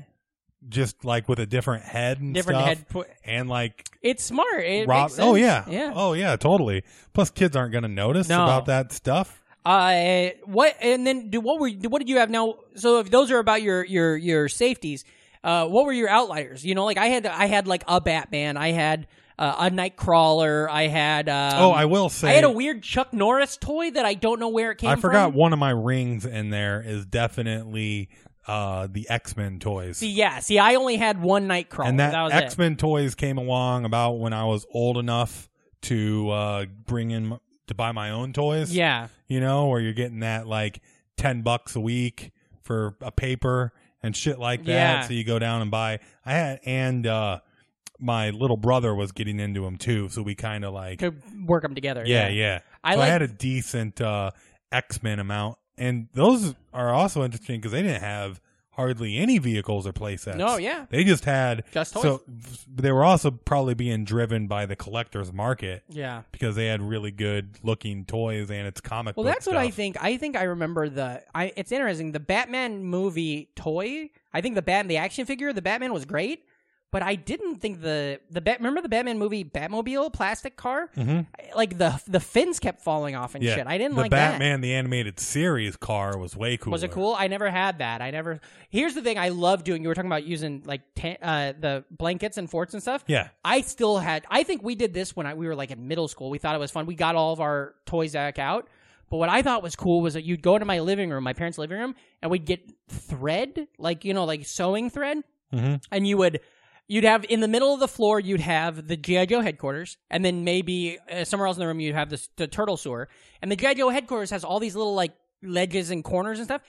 Speaker 5: just like with a different head and
Speaker 6: Different
Speaker 5: stuff.
Speaker 6: head. Po-
Speaker 5: and like
Speaker 6: it's smart. It
Speaker 5: Rob.
Speaker 6: makes sense.
Speaker 5: Oh yeah.
Speaker 6: Yeah.
Speaker 5: Oh yeah. Totally. Plus, kids aren't going to notice
Speaker 6: No.
Speaker 5: about that stuff.
Speaker 6: Uh, what and then do what were what did you have now? So if those are about your your your safeties, uh, what were your outliers? You know, like I had I had like a Batman, I had uh, a Nightcrawler, I had um,
Speaker 5: oh, I will say.
Speaker 6: I had a weird Chuck Norris toy that I don't know where it came.
Speaker 5: I forgot
Speaker 6: From.
Speaker 5: one of my rings in there is definitely uh, the X Men toys.
Speaker 6: See, yeah, see, I only had one Nightcrawler.
Speaker 5: and that,
Speaker 6: that was it.
Speaker 5: X Men toys came along about when I was old enough to uh, bring in m- to buy my own toys.
Speaker 6: Yeah,
Speaker 5: you know, where you're getting that like ten bucks a week for a paper and shit like that.
Speaker 6: Yeah.
Speaker 5: So you go down and buy. I had and uh, my little brother was getting into them too, so we kind of like
Speaker 6: to work them together.
Speaker 5: yeah, yeah.
Speaker 6: I
Speaker 5: so
Speaker 6: like-
Speaker 5: I had a decent uh, X Men amount, and those are also interesting because they didn't have hardly any vehicles or playsets.
Speaker 6: No, yeah.
Speaker 5: they just had
Speaker 6: Just toys.
Speaker 5: So they were also probably being driven by the collector's market
Speaker 6: yeah.
Speaker 5: because they had really good looking toys and it's comic.
Speaker 6: Well,
Speaker 5: book
Speaker 6: that's what I
Speaker 5: stuff.
Speaker 6: think. I think I remember the. I it's interesting. The Batman movie toy. I think the Bat, the action figure, the Batman was great, but I didn't think the the Bat. Remember the Batman movie, Batmobile, plastic car.
Speaker 5: Mhm.
Speaker 6: I- Like the the fins kept falling off and
Speaker 5: Yeah,
Speaker 6: shit. I didn't
Speaker 5: the
Speaker 6: like that.
Speaker 5: Batman the animated series car was way cool.
Speaker 6: Was it cool? I never had that. I never. Here's the thing. I love doing. You were talking about using like ta- uh, the blankets and forts and stuff.
Speaker 5: Yeah,
Speaker 6: I still had. I think we did this when I, we were like in middle school. We thought it was fun. We got all of our toys back out. But what I thought was cool was that you'd go to my living room, my parents' living room, and we'd get thread, like you know, like sewing thread,
Speaker 5: Mhm.
Speaker 6: and you would. You'd have in the middle of the floor, you'd have the GI Joe headquarters, and then maybe uh, somewhere else in the room, you'd have this, the turtle sewer. And the GI Joe headquarters has all these little like ledges and corners and stuff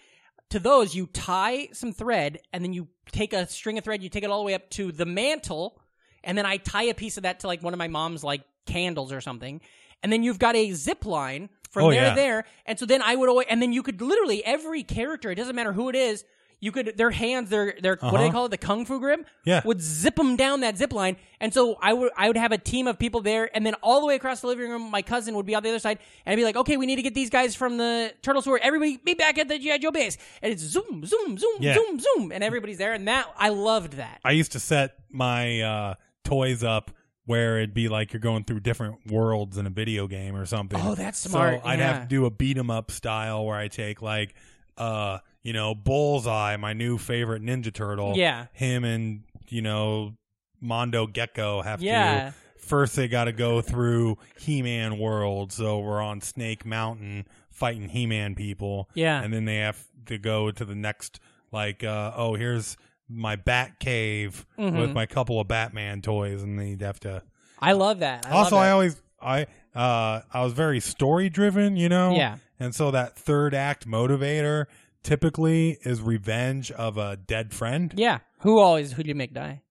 Speaker 6: to those you tie some thread and then you take a string of thread you take it all the way up to the mantle and then i tie a piece of that to like one of my mom's like candles or something and then you've got a zip line from
Speaker 5: Oh,
Speaker 6: there to
Speaker 5: yeah.
Speaker 6: there and so then i would always and then you could literally every character it doesn't matter who it is you could their hands their their what do they
Speaker 5: Uh-huh.
Speaker 6: call it the kung fu grip
Speaker 5: Yeah.
Speaker 6: would zip them down that zip line and so i would i would have a team of people there and then all the way across the living room my cousin would be on the other side and i'd be like okay we need to get these guys from the turtle sewer everybody be back at the gi joe base and it's zoom zoom zoom
Speaker 5: Yeah.
Speaker 6: zoom zoom and everybody's there and that i loved that
Speaker 5: I used to set my uh, toys up where it'd be like you're going through different worlds in a video game or something.
Speaker 6: Oh, that's smart,
Speaker 5: So I'd
Speaker 6: yeah.
Speaker 5: have to do a beat 'em up style where I take like, uh, you know, Bullseye, my new favorite Ninja Turtle.
Speaker 6: Yeah.
Speaker 5: Him and you know, Mondo Gecko have
Speaker 6: Yeah.
Speaker 5: to. First, they got to go through He-Man world, so we're on Snake Mountain fighting He-Man people.
Speaker 6: Yeah.
Speaker 5: and then they have to go to the next like uh, oh here's my bat cave with my couple of batman toys and they'd have to
Speaker 6: Mm-hmm. i love that I
Speaker 5: also
Speaker 6: love
Speaker 5: i
Speaker 6: that.
Speaker 5: always i uh i was very story driven you know
Speaker 6: Yeah.
Speaker 5: and so that third act motivator typically is revenge of a dead friend
Speaker 6: yeah who always who do you make die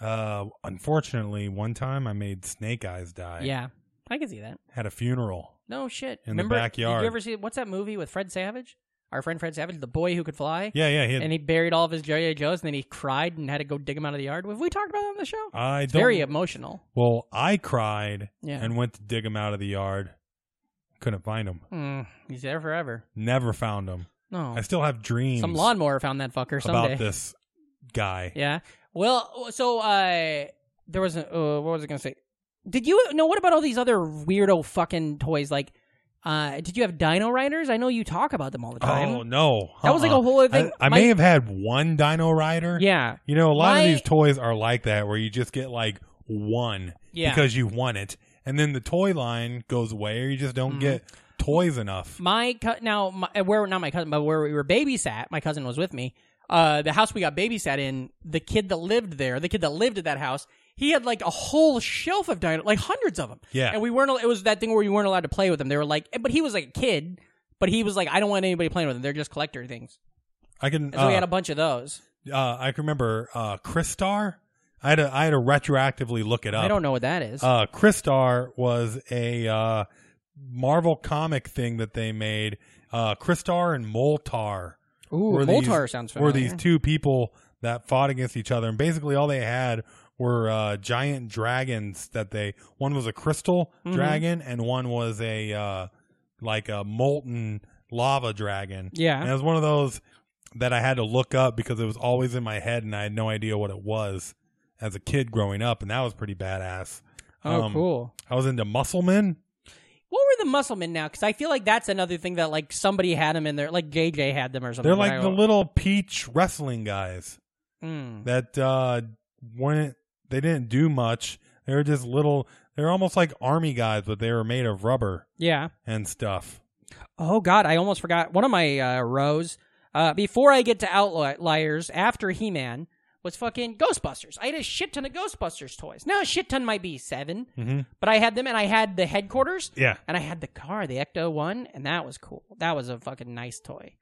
Speaker 5: uh unfortunately one time i made snake eyes die
Speaker 6: yeah i can see that
Speaker 5: had a funeral
Speaker 6: no shit
Speaker 5: In the
Speaker 6: remember did
Speaker 5: backyard.
Speaker 6: you ever see what's that movie with fred savage our friend fred savage the boy who could fly
Speaker 5: yeah yeah he had,
Speaker 6: and he buried all of his G.I. Joes, and then he cried and had to go dig them out of the yard. Have we talked about that on the show?
Speaker 5: i
Speaker 6: It's
Speaker 5: don't
Speaker 6: very emotional.
Speaker 5: well i cried
Speaker 6: Yeah.
Speaker 5: and went to dig him out of the yard couldn't find him
Speaker 6: Mm, he's there forever.
Speaker 5: Never found him.
Speaker 6: No,
Speaker 5: I still have dreams
Speaker 6: some lawnmower found that fucker someday.
Speaker 5: about this guy.
Speaker 6: Yeah. Well, so uh, there was a, uh, what was I gonna say? Did you know what about all these other weirdo fucking toys? Like, uh, did you have Dino Riders? I know you talk about them all the time.
Speaker 5: Oh no,
Speaker 6: That was like
Speaker 5: Uh-uh.
Speaker 6: a whole other
Speaker 5: I-
Speaker 6: thing.
Speaker 5: I,
Speaker 6: My-
Speaker 5: may have had one Dino Rider.
Speaker 6: Yeah,
Speaker 5: You know, a lot
Speaker 6: My-
Speaker 5: of these toys are like that, where you just get like one
Speaker 6: yeah.
Speaker 5: because you want it, and then the toy line goes away, or you just don't
Speaker 6: Mhm.
Speaker 5: get toys enough.
Speaker 6: my co- now my, uh, where not my cousin, but where we were babysat, my cousin was with me. Uh, the house we got babysat in, the kid that lived there, the kid that lived at that house, he had like a whole shelf of dino, like hundreds of them.
Speaker 5: Yeah.
Speaker 6: and we weren't. al- It was that thing where you weren't allowed to play with them. They were like, but he was like a kid, but he was like, I don't want anybody playing with them. They're just collector things.
Speaker 5: I can.
Speaker 6: And so we
Speaker 5: uh,
Speaker 6: had a bunch of those.
Speaker 5: uh, I can remember uh, Crystar. I had to, I had to retroactively look it up.
Speaker 6: I don't know what that is.
Speaker 5: Uh, Crystar was a uh, Marvel comic thing that they made. Uh, Crystar and Moltar
Speaker 6: Ooh,
Speaker 5: were these-
Speaker 6: Moltar sounds
Speaker 5: were
Speaker 6: familiar.
Speaker 5: these two people that fought against each other, and basically all they had were uh, giant dragons that they. One was a crystal
Speaker 6: Mhm.
Speaker 5: dragon, and one was a uh, like a molten lava dragon. And
Speaker 6: Yeah.
Speaker 5: it was one of those that I had to look up because it was always in my head and I had no idea what it was as a kid growing up, and that was pretty badass.
Speaker 6: Oh,
Speaker 5: Um,
Speaker 6: cool.
Speaker 5: I was into Muscle Men.
Speaker 6: What were the muscle men now? Because I feel like that's another thing that like somebody had them in there, like JJ had them or something.
Speaker 5: They're
Speaker 6: but I
Speaker 5: like the
Speaker 6: don't-
Speaker 5: little peach wrestling guys
Speaker 6: Mm.
Speaker 5: that uh weren't they didn't do much. They were just little they're almost like army guys, but they were made of rubber
Speaker 6: Yeah.
Speaker 5: and stuff.
Speaker 6: Oh God, I almost forgot one of my uh, rows. Uh, before I get to Outliers, after He Man was fucking Ghostbusters. I had a shit ton of Ghostbusters toys. Now a shit ton might be seven,
Speaker 5: Mm-hmm.
Speaker 6: but I had them, and I had the headquarters,
Speaker 5: Yeah.
Speaker 6: and I had the car, the Ecto One, and that was cool. That was a fucking nice toy.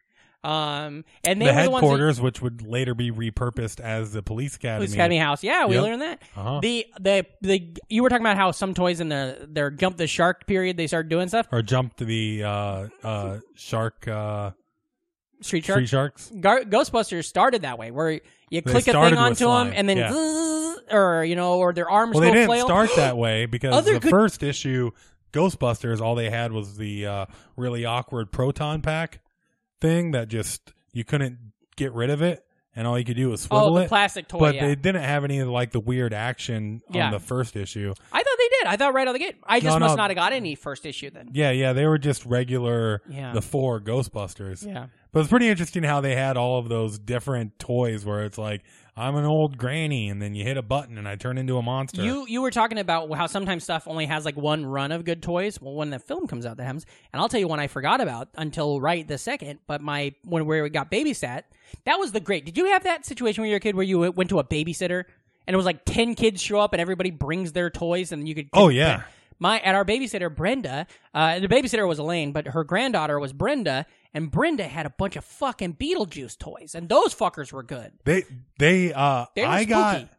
Speaker 6: Um, and they were
Speaker 5: the
Speaker 6: the ones. that-
Speaker 5: headquarters, which would later be repurposed as the police academy.
Speaker 6: Police Academy House. Yeah, we
Speaker 5: Yep.
Speaker 6: learned that.
Speaker 5: Uh-huh.
Speaker 6: The the the you were talking about how some toys in their their jump the shark period they started doing stuff.
Speaker 5: or jumped the uh, uh, shark, uh,
Speaker 6: Street shark.
Speaker 5: tree sharks.
Speaker 6: Gar- Ghostbusters started that way, where you click a
Speaker 5: started
Speaker 6: thing
Speaker 5: with
Speaker 6: onto
Speaker 5: flying,
Speaker 6: them and then,
Speaker 5: yeah.
Speaker 6: zzz, or you know, or their arms
Speaker 5: Well, they
Speaker 6: go
Speaker 5: didn't
Speaker 6: flail.
Speaker 5: start that way because
Speaker 6: Other
Speaker 5: the
Speaker 6: good-
Speaker 5: first issue, Ghostbusters, all they had was the uh, really awkward proton pack thing that just you couldn't get rid of it, and all you could do was
Speaker 6: oh,
Speaker 5: swivel
Speaker 6: the
Speaker 5: it.
Speaker 6: plastic toy.
Speaker 5: but
Speaker 6: yeah.
Speaker 5: they didn't have any of like the weird action
Speaker 6: Yeah.
Speaker 5: on the first issue.
Speaker 6: I thought they did. I thought right out of the gate. I just
Speaker 5: No,
Speaker 6: must
Speaker 5: no.
Speaker 6: not have got any first issue then.
Speaker 5: Yeah, yeah, they were just regular
Speaker 6: Yeah.
Speaker 5: the four Ghostbusters.
Speaker 6: Yeah.
Speaker 5: But it's pretty interesting how they had all of those different toys where it's like I'm an old granny, and then you hit a button and I turn into a monster.
Speaker 6: You you were talking about how sometimes stuff only has like one run of good toys. Well, when the film comes out, that happens. And I'll tell you one I forgot about until right the second. But my when where we got babysat, that was the great. Did you have that situation when you were a kid where you went to a babysitter and it was like ten kids show up and everybody brings their toys and you could
Speaker 5: oh yeah.
Speaker 6: my at our babysitter Brenda, uh, the babysitter was Elaine, but her granddaughter was Brenda, and Brenda had a bunch of fucking Beetlejuice toys, and those fuckers were good.
Speaker 5: They they uh
Speaker 6: They were
Speaker 5: I got
Speaker 6: spooky.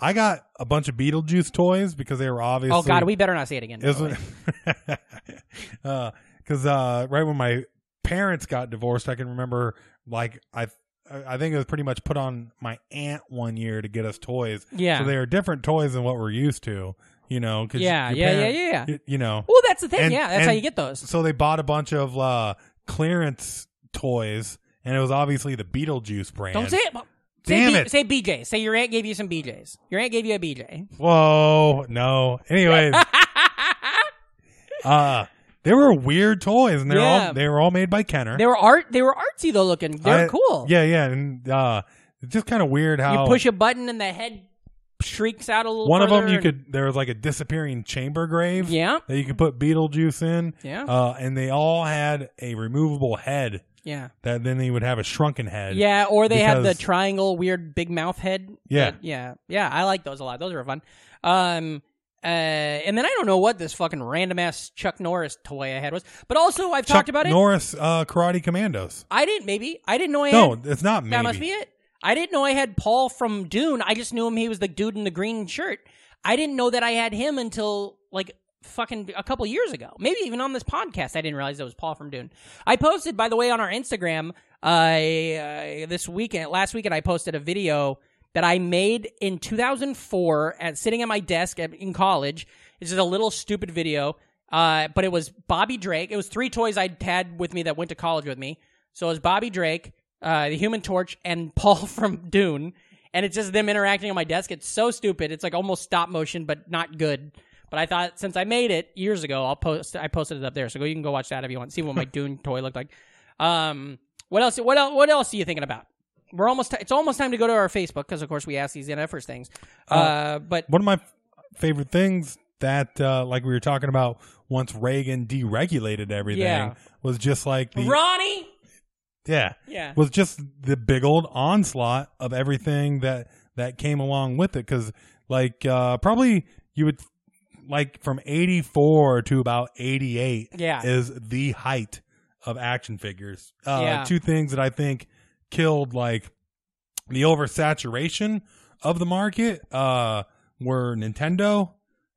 Speaker 5: I got a bunch of Beetlejuice toys because they were obviously
Speaker 6: Oh god, we better not say it again. by the way.
Speaker 5: because uh, right when my parents got divorced, I can remember like I I think it was pretty much put on my aunt one year to get us toys.
Speaker 6: Yeah.
Speaker 5: so they are different toys than what we're used to. You know, cause
Speaker 6: Yeah,
Speaker 5: your
Speaker 6: yeah, yeah,
Speaker 5: parent-
Speaker 6: yeah, yeah.
Speaker 5: You, you know,
Speaker 6: Well, that's the thing.
Speaker 5: And-
Speaker 6: yeah, that's how
Speaker 5: and-
Speaker 6: you get those.
Speaker 5: so they bought a bunch of uh, clearance toys, and it was obviously the Beetlejuice brand.
Speaker 6: Don't say it. Mom. Say
Speaker 5: Damn
Speaker 6: B-
Speaker 5: it.
Speaker 6: Say BJ. Say your aunt gave you some BJ's. Your aunt gave you a BJ.
Speaker 5: Whoa, no. Anyway, uh, they were weird toys, and they were
Speaker 6: Yeah.
Speaker 5: all they were all made by Kenner.
Speaker 6: they were art. They were artsy though looking. They're
Speaker 5: I-
Speaker 6: cool.
Speaker 5: Yeah, yeah, and uh, it's just kind of weird how
Speaker 6: You push a button and the head shrieks out a little.
Speaker 5: one of them
Speaker 6: further
Speaker 5: you
Speaker 6: and-
Speaker 5: could there was like a disappearing chamber grave
Speaker 6: Yeah.
Speaker 5: that you could put Beetlejuice in.
Speaker 6: Yeah.
Speaker 5: uh, and they all had a removable head
Speaker 6: Yeah.
Speaker 5: that then they would have a shrunken head.
Speaker 6: Yeah, or they have the
Speaker 5: because-
Speaker 6: triangle weird big mouth head.
Speaker 5: Yeah.
Speaker 6: That- yeah. Yeah, I like those a lot. Those are fun. Um uh, and then I don't know what this fucking random ass Chuck Norris toy I had was, but also I've
Speaker 5: Chuck
Speaker 6: talked about it.
Speaker 5: Norris uh, Karate Commandos.
Speaker 6: I didn't maybe I didn't know I
Speaker 5: No,
Speaker 6: had
Speaker 5: it's not maybe.
Speaker 6: that must be it. I didn't know I had Paul from Dune. I just knew him. He was the dude in the green shirt. I didn't know that I had him until like fucking a couple years ago. Maybe even on this podcast, I didn't realize it was Paul from Dune. I posted, by the way, on our Instagram uh, uh, this weekend, last weekend, I posted a video that I made in 2004 at sitting at my desk at, in college. It's just a little stupid video, uh, but it was Bobby Drake. It was three toys I had with me that went to college with me. So it was Bobby Drake, uh, the Human Torch, and Paul from Dune. and it's just them interacting on my desk. It's so stupid. It's like almost stop motion, but not good. But I thought since I made it years ago, I'll post. I posted it up there, so go. You can go watch that if you want. See what my Dune toy looked like. Um, what else? What else? What else are you thinking about? We're almost. T- it's almost time to go to our Facebook because, of course, we ask these NFers things.
Speaker 5: Oh.
Speaker 6: Uh, but
Speaker 5: One of my f- favorite things that, uh, like we were talking about, once Reagan deregulated everything,
Speaker 6: Yeah.
Speaker 5: was just like the
Speaker 6: Ronnie,
Speaker 5: yeah,
Speaker 6: yeah,
Speaker 5: was just the big old onslaught of everything that that came along with it. Because like uh, probably you would like from eighty four to about eighty eight
Speaker 6: Yeah.
Speaker 5: is the height of action figures. Uh,
Speaker 6: Yeah.
Speaker 5: Two things that I think killed like the oversaturation of the market uh, were Nintendo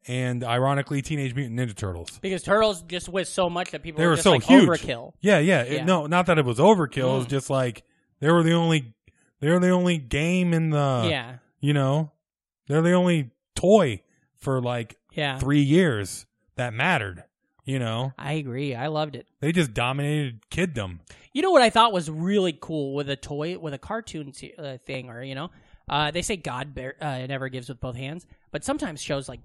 Speaker 5: and ironically Teenage Mutant Ninja Turtles.
Speaker 6: because turtles just was so much that people
Speaker 5: They
Speaker 6: were,
Speaker 5: were
Speaker 6: just
Speaker 5: so
Speaker 6: like
Speaker 5: huge.
Speaker 6: overkill.
Speaker 5: Yeah, yeah. It-
Speaker 6: Yeah.
Speaker 5: no, not that it was overkill. It was
Speaker 6: Mm.
Speaker 5: just like they were the only they were the only game in the
Speaker 6: yeah,
Speaker 5: you know they're the only toy for like
Speaker 6: yeah.
Speaker 5: three years that mattered. You know
Speaker 6: I agree. I loved it.
Speaker 5: they just dominated kiddom.
Speaker 6: You know what I thought was really cool with a toy, with a cartoon t- uh, thing, or you know, uh, they say God bear, uh, never gives with both hands, but sometimes shows like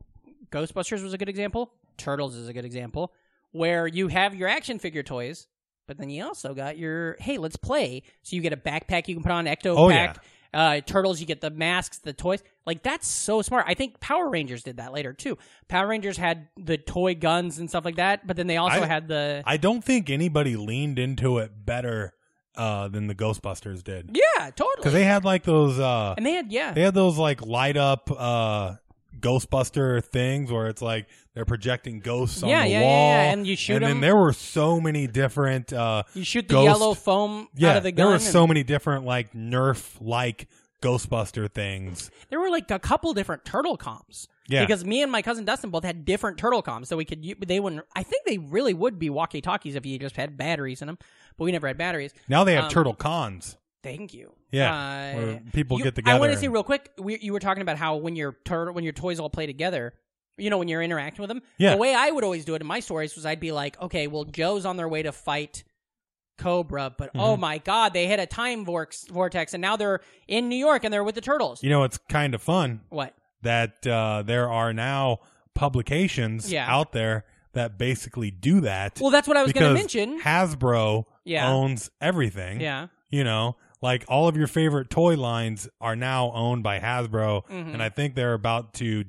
Speaker 6: Ghostbusters was a good example, Turtles is a good example, where you have your action figure toys, but then you also got your hey, let's play. So you get a backpack you can put on Ecto
Speaker 5: Oh,
Speaker 6: pack. Uh, turtles, you get the masks, the toys. Like that's so smart. I think Power Rangers did that later too. Power Rangers had the toy guns and stuff like that, but then they also
Speaker 5: I-
Speaker 6: had the
Speaker 5: I don't think anybody leaned into it better uh, than the Ghostbusters did
Speaker 6: yeah,
Speaker 5: because
Speaker 6: totally.
Speaker 5: they had like those uh,
Speaker 6: and they had yeah,
Speaker 5: they had those like light up uh, Ghostbuster things where it's like they're projecting ghosts
Speaker 6: yeah,
Speaker 5: on the
Speaker 6: yeah,
Speaker 5: wall.
Speaker 6: Yeah, yeah, and you shoot
Speaker 5: and
Speaker 6: them.
Speaker 5: then there were so many different uh
Speaker 6: you shoot the
Speaker 5: ghost-
Speaker 6: yellow foam out
Speaker 5: yeah
Speaker 6: of the gun.
Speaker 5: there were
Speaker 6: and-
Speaker 5: so many different like nerf like ghostbuster things
Speaker 6: there were like a couple different turtle comms.
Speaker 5: Yeah.
Speaker 6: Because me and my cousin Dustin both had different turtle comms, so we could. u- They wouldn't. I think they really would be walkie talkies if you just had batteries in them, but we never had batteries.
Speaker 5: now they have
Speaker 6: Um,
Speaker 5: turtle cons
Speaker 6: Thank you. Uh,
Speaker 5: Yeah, where people
Speaker 6: you- I
Speaker 5: get together
Speaker 6: want to
Speaker 5: and-
Speaker 6: say real quick. We, you were talking about how when your turtle, when your toys all play together, you know, when you're interacting with them.
Speaker 5: Yeah.
Speaker 6: The way I would always do it in my stories was I'd be like, okay, well, Joe's on their way to fight Cobra, but
Speaker 5: Mm-hmm.
Speaker 6: oh my god, they hit a time vorx- vortex, and now they're in New York and they're with the turtles.
Speaker 5: you know it's kind of fun
Speaker 6: What?
Speaker 5: that uh there are now publications
Speaker 6: Yeah.
Speaker 5: out there that basically do that
Speaker 6: Well, that's what I was going to
Speaker 5: because
Speaker 6: mention.
Speaker 5: hasbro
Speaker 6: Yeah.
Speaker 5: owns everything
Speaker 6: yeah.
Speaker 5: you know like all of your favorite toy lines are now owned by hasbro
Speaker 6: Mhm.
Speaker 5: and i think they're about to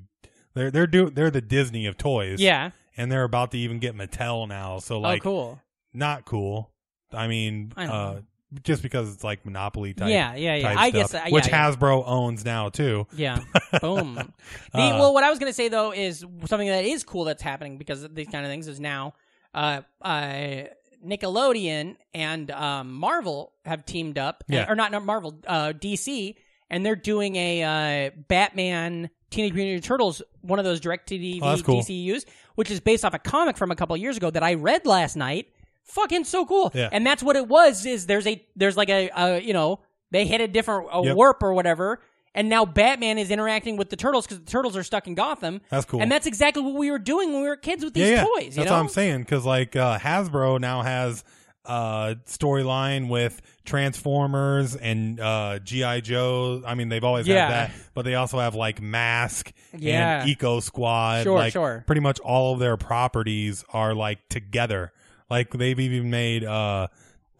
Speaker 5: they're they're do they're the disney of toys
Speaker 6: Yeah.
Speaker 5: and they're about to even get Mattel now. So like,
Speaker 6: oh, cool.
Speaker 5: not cool. I mean,
Speaker 6: I know.
Speaker 5: uh, just because it's like monopoly type.
Speaker 6: yeah, yeah, yeah.
Speaker 5: type
Speaker 6: I
Speaker 5: stuff,
Speaker 6: guess. uh, yeah,
Speaker 5: which Uh,
Speaker 6: yeah.
Speaker 5: Hasbro owns now too.
Speaker 6: Yeah. Boom. The, well, what I was going to say though is something that is cool that's happening because of these kind of things is now uh, uh, Nickelodeon and um, Marvel have teamed up, and-
Speaker 5: Yeah.
Speaker 6: or not, not Marvel, uh, DC, and they're doing a uh, Batman Teenage Mutant Ninja Turtles, one of those direct TV
Speaker 5: Oh, that's cool.
Speaker 6: DCUs, which is based off a comic from a couple years ago that I read last night. Fucking so cool.
Speaker 5: Yeah.
Speaker 6: And that's what it was. Is there's a there's like a, a you know they hit a different a
Speaker 5: Yep.
Speaker 6: warp or whatever. And now Batman is interacting with the turtles because the turtles are stuck in Gotham.
Speaker 5: That's cool.
Speaker 6: And that's exactly what we were doing when we were kids with these
Speaker 5: yeah, yeah.
Speaker 6: toys.
Speaker 5: That's
Speaker 6: You know?
Speaker 5: what I'm saying. Because like uh, Hasbro now has uh storyline with Transformers and uh GI Joe. I mean, they've always
Speaker 6: Yeah.
Speaker 5: had that, but they also have like Mask
Speaker 6: Yeah.
Speaker 5: and Eco Squad.
Speaker 6: Sure,
Speaker 5: like,
Speaker 6: sure.
Speaker 5: Pretty much all of their properties are like together. Like they've even made uh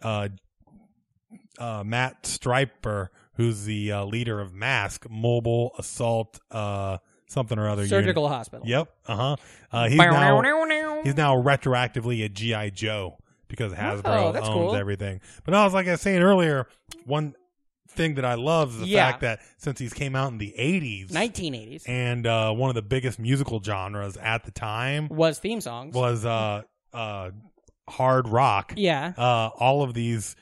Speaker 5: uh uh, Matt Striper, who's the uh, leader of Mask Mobile Assault, uh, something or other.
Speaker 6: Surgical
Speaker 5: unit.
Speaker 6: hospital.
Speaker 5: Yep. Uh-huh. Uh He's now he's now retroactively a GI Joe because
Speaker 6: Oh,
Speaker 5: Hasbro
Speaker 6: that's
Speaker 5: owns
Speaker 6: cool.
Speaker 5: everything. But no, it's like I was saying earlier, one thing that I love is the
Speaker 6: Yeah.
Speaker 5: fact that since these came out in the eighties
Speaker 6: 1980s
Speaker 5: and uh, one of the biggest musical genres at the time
Speaker 6: was theme songs.
Speaker 5: was uh, uh, hard rock
Speaker 6: yeah.
Speaker 5: uh, all of these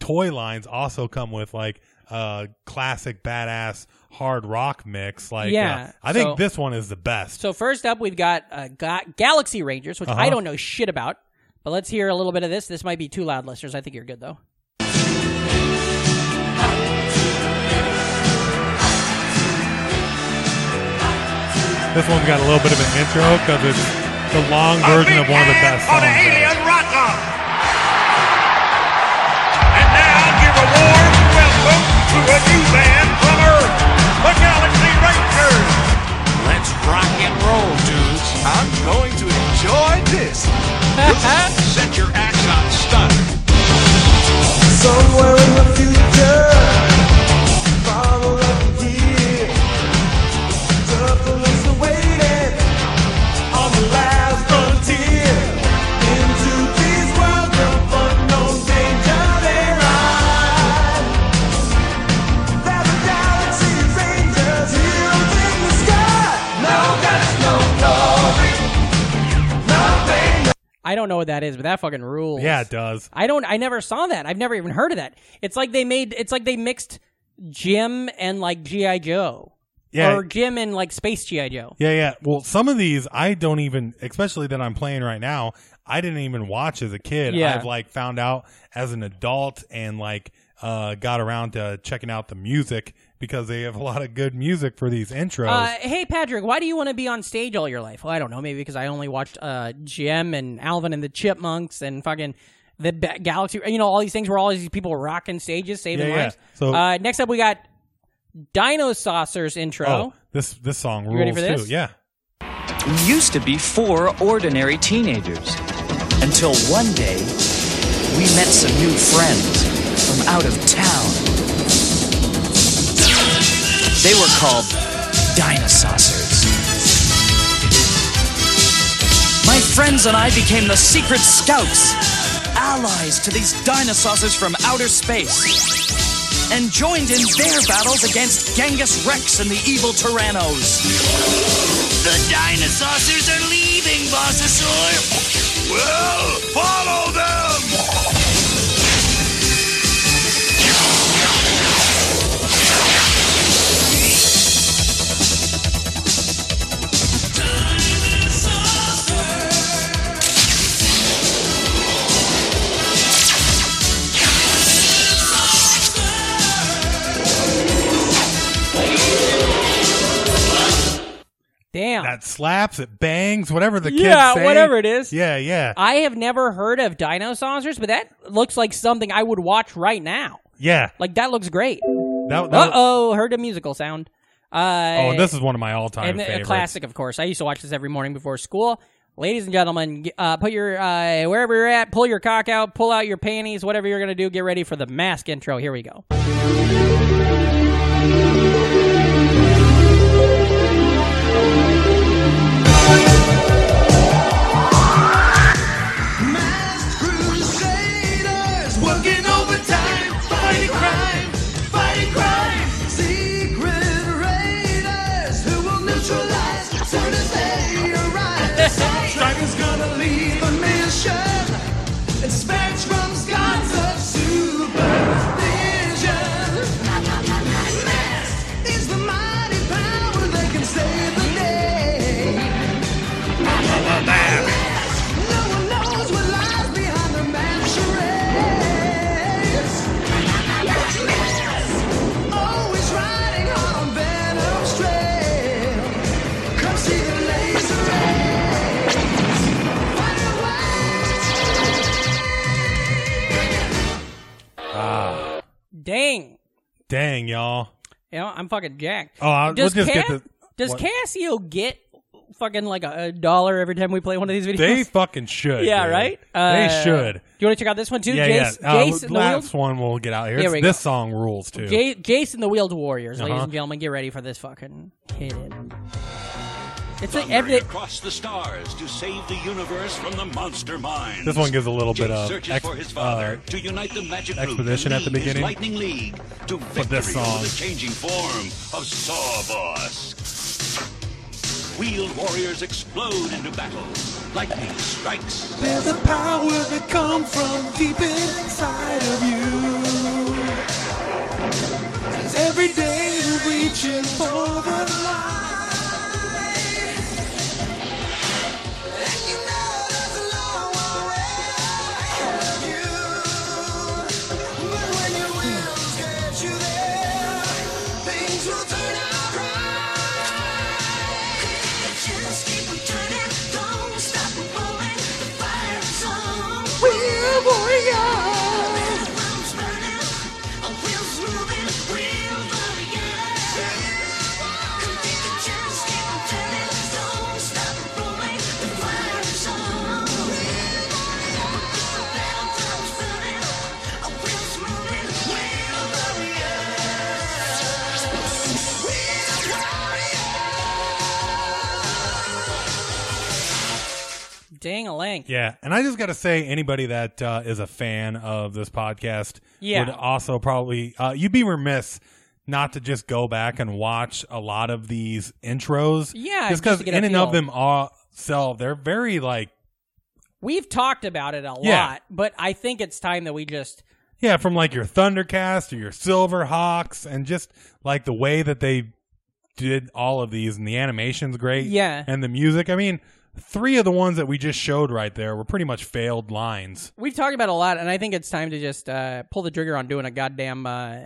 Speaker 5: toy lines also come with like uh, classic badass hard rock mix. Like, uh,
Speaker 6: Yeah,
Speaker 5: I think
Speaker 6: so-
Speaker 5: this one is the best.
Speaker 6: So first up, we've got uh, Ga- Galaxy Rangers, which I
Speaker 5: Uh-huh.
Speaker 6: don't know shit about. But let's hear a little bit of this. This might be too loud, listeners. I think you're good though.
Speaker 5: this one's got a little bit of an intro because it's the long version of one of the best songs. ever.
Speaker 7: rocker. And now give a warm welcome to a new band from Earth. the Galaxy Rangers. Let's rock and roll, dudes. I'm going to enjoy this. Set your axe on stunner.
Speaker 8: Somewhere in the future, far away here, trouble is waiting on the last frontier. Into these worlds of unknown danger they ride. There are galaxy rangers heroes in the sky. No guts, no glory, nothing.
Speaker 6: I don't know what that is, but that fucking rules.
Speaker 5: Yeah, it does.
Speaker 6: I don't. I never saw that. I've never even heard of that. It's like they made. It's like they mixed Jim and like GI Joe.
Speaker 5: Yeah.
Speaker 6: Or Jim and like Space GI Joe.
Speaker 5: Yeah, yeah. Well, some of these I don't even, especially that I'm playing right now, I didn't even watch as a kid.
Speaker 6: Yeah.
Speaker 5: I've like found out as an adult and like uh, got around to checking out the music because they have a lot of good music for these intros.
Speaker 6: Uh, hey Patrick, why do you want to be on stage all your life? Well, I don't know. Maybe because I only watched uh, Jim and Alvin and the Chipmunks and fucking the ba- Galaxy. You know all these things where all these people were rocking stages, saving
Speaker 5: Yeah, yeah.
Speaker 6: lives.
Speaker 5: So-
Speaker 6: uh, next up, we got Dino Saucers intro.
Speaker 5: oh, this this song rules
Speaker 6: ready for
Speaker 5: too.
Speaker 6: this?
Speaker 5: Yeah.
Speaker 9: used to be four ordinary teenagers. Until one day, we met some new friends from out of town. They were called Dinosaurs. My friends and I became the secret scouts, allies to these dinosaurs from outer space, and joined in their battles against Genghis Rex and the evil Tyrannos.
Speaker 7: The dinosaurs are leaving, Bossasaur. Well, follow them.
Speaker 6: Damn.
Speaker 5: That slaps, it bangs, whatever the
Speaker 6: Yeah,
Speaker 5: kids say.
Speaker 6: whatever it is.
Speaker 5: Yeah, yeah.
Speaker 6: I have never heard of Dino Saucers, but that looks like something I would watch right now.
Speaker 5: yeah.
Speaker 6: Like that looks great.
Speaker 5: That, that-
Speaker 6: Uh oh, heard a musical sound. Uh,
Speaker 5: oh, this is one of my all time
Speaker 6: and a
Speaker 5: favorites.
Speaker 6: classic, of course. I used to watch this every morning before school. Ladies and gentlemen, g- uh, put your uh, wherever you're at, pull your cock out, pull out your panties, whatever you're gonna do. Get ready for the mask intro. Here we go.
Speaker 8: Masked crusaders working overtime, fighting crime, fighting crime. Secret raiders who will neutralize soon as they arrive. Striker's gonna leave a mission. It spans from gods of supervision. Masked is the mighty power that can save the day. No one knows what lies behind their mask charades. Always riding on venom's trail. Come see the laser rays. Find a way.
Speaker 6: Dang.
Speaker 5: Dang, y'all.
Speaker 6: You know, I'm fucking jacked.
Speaker 5: Oh, I-
Speaker 6: does
Speaker 5: we'll just get
Speaker 6: Ca-
Speaker 5: the-
Speaker 6: does
Speaker 5: what?
Speaker 6: Casio get fucking like a, a dollar every time we play one of these videos?
Speaker 5: They fucking should.
Speaker 6: yeah,
Speaker 5: dude.
Speaker 6: right.
Speaker 5: they
Speaker 6: Uh,
Speaker 5: should.
Speaker 6: Do you want to check out this one too?
Speaker 5: Yeah,
Speaker 6: Jace,
Speaker 5: yeah. Uh,
Speaker 6: Jace and the
Speaker 5: last
Speaker 6: Wheeled,
Speaker 5: one we'll get out here.
Speaker 6: Here
Speaker 5: It's-
Speaker 6: we go.
Speaker 5: this song rules too.
Speaker 6: Ja- Jace and the Wheeled Warriors, ladies
Speaker 5: Uh-huh.
Speaker 6: and gentlemen, get ready for this fucking hit. It. It's like
Speaker 7: Hungry
Speaker 6: every
Speaker 7: across the stars to save the universe from the monster mind.
Speaker 5: This one gives a little bit
Speaker 7: Jake
Speaker 5: of
Speaker 7: searches
Speaker 5: ex-
Speaker 7: for his father
Speaker 5: uh,
Speaker 7: to unite the magic
Speaker 5: exposition at
Speaker 7: root
Speaker 5: the
Speaker 7: and
Speaker 5: beginning.
Speaker 7: lead His Lightning League to victory
Speaker 5: But this
Speaker 7: over
Speaker 5: song.
Speaker 7: the changing form of Sawboss. Wheeled warriors explode into battle. Lightning strikes.
Speaker 8: There's a power that comes from deep inside of you. As every day you're reaching for the light. And you know there's a long way ahead of you. But when your wheels get you there, things will turn out right. Just keep on turning, don't stop moving. The fire is on. We're warriors. The wheels burning, our wheels moving. We're warriors.
Speaker 6: Dang a link.
Speaker 5: Yeah, and I just got to say, anybody that uh, is a fan of this podcast
Speaker 6: Yeah.
Speaker 5: would also probably uh, you'd be remiss not to just go back and watch a lot of these intros.
Speaker 6: Yeah,
Speaker 5: just
Speaker 6: just
Speaker 5: because
Speaker 6: to get a
Speaker 5: in and
Speaker 6: feel.
Speaker 5: of them all self, they're very like
Speaker 6: We've talked about it a
Speaker 5: Yeah.
Speaker 6: lot, but I think it's time that we just
Speaker 5: yeah, from like your Thundercast or your Silverhawks, and just like the way that they did all of these, and the animation's great.
Speaker 6: Yeah.
Speaker 5: and the music. I mean, three of the ones that we just showed right there were pretty much failed lines.
Speaker 6: we've talked about it a lot, and I think it's time to just uh, pull the trigger on doing a goddamn uh,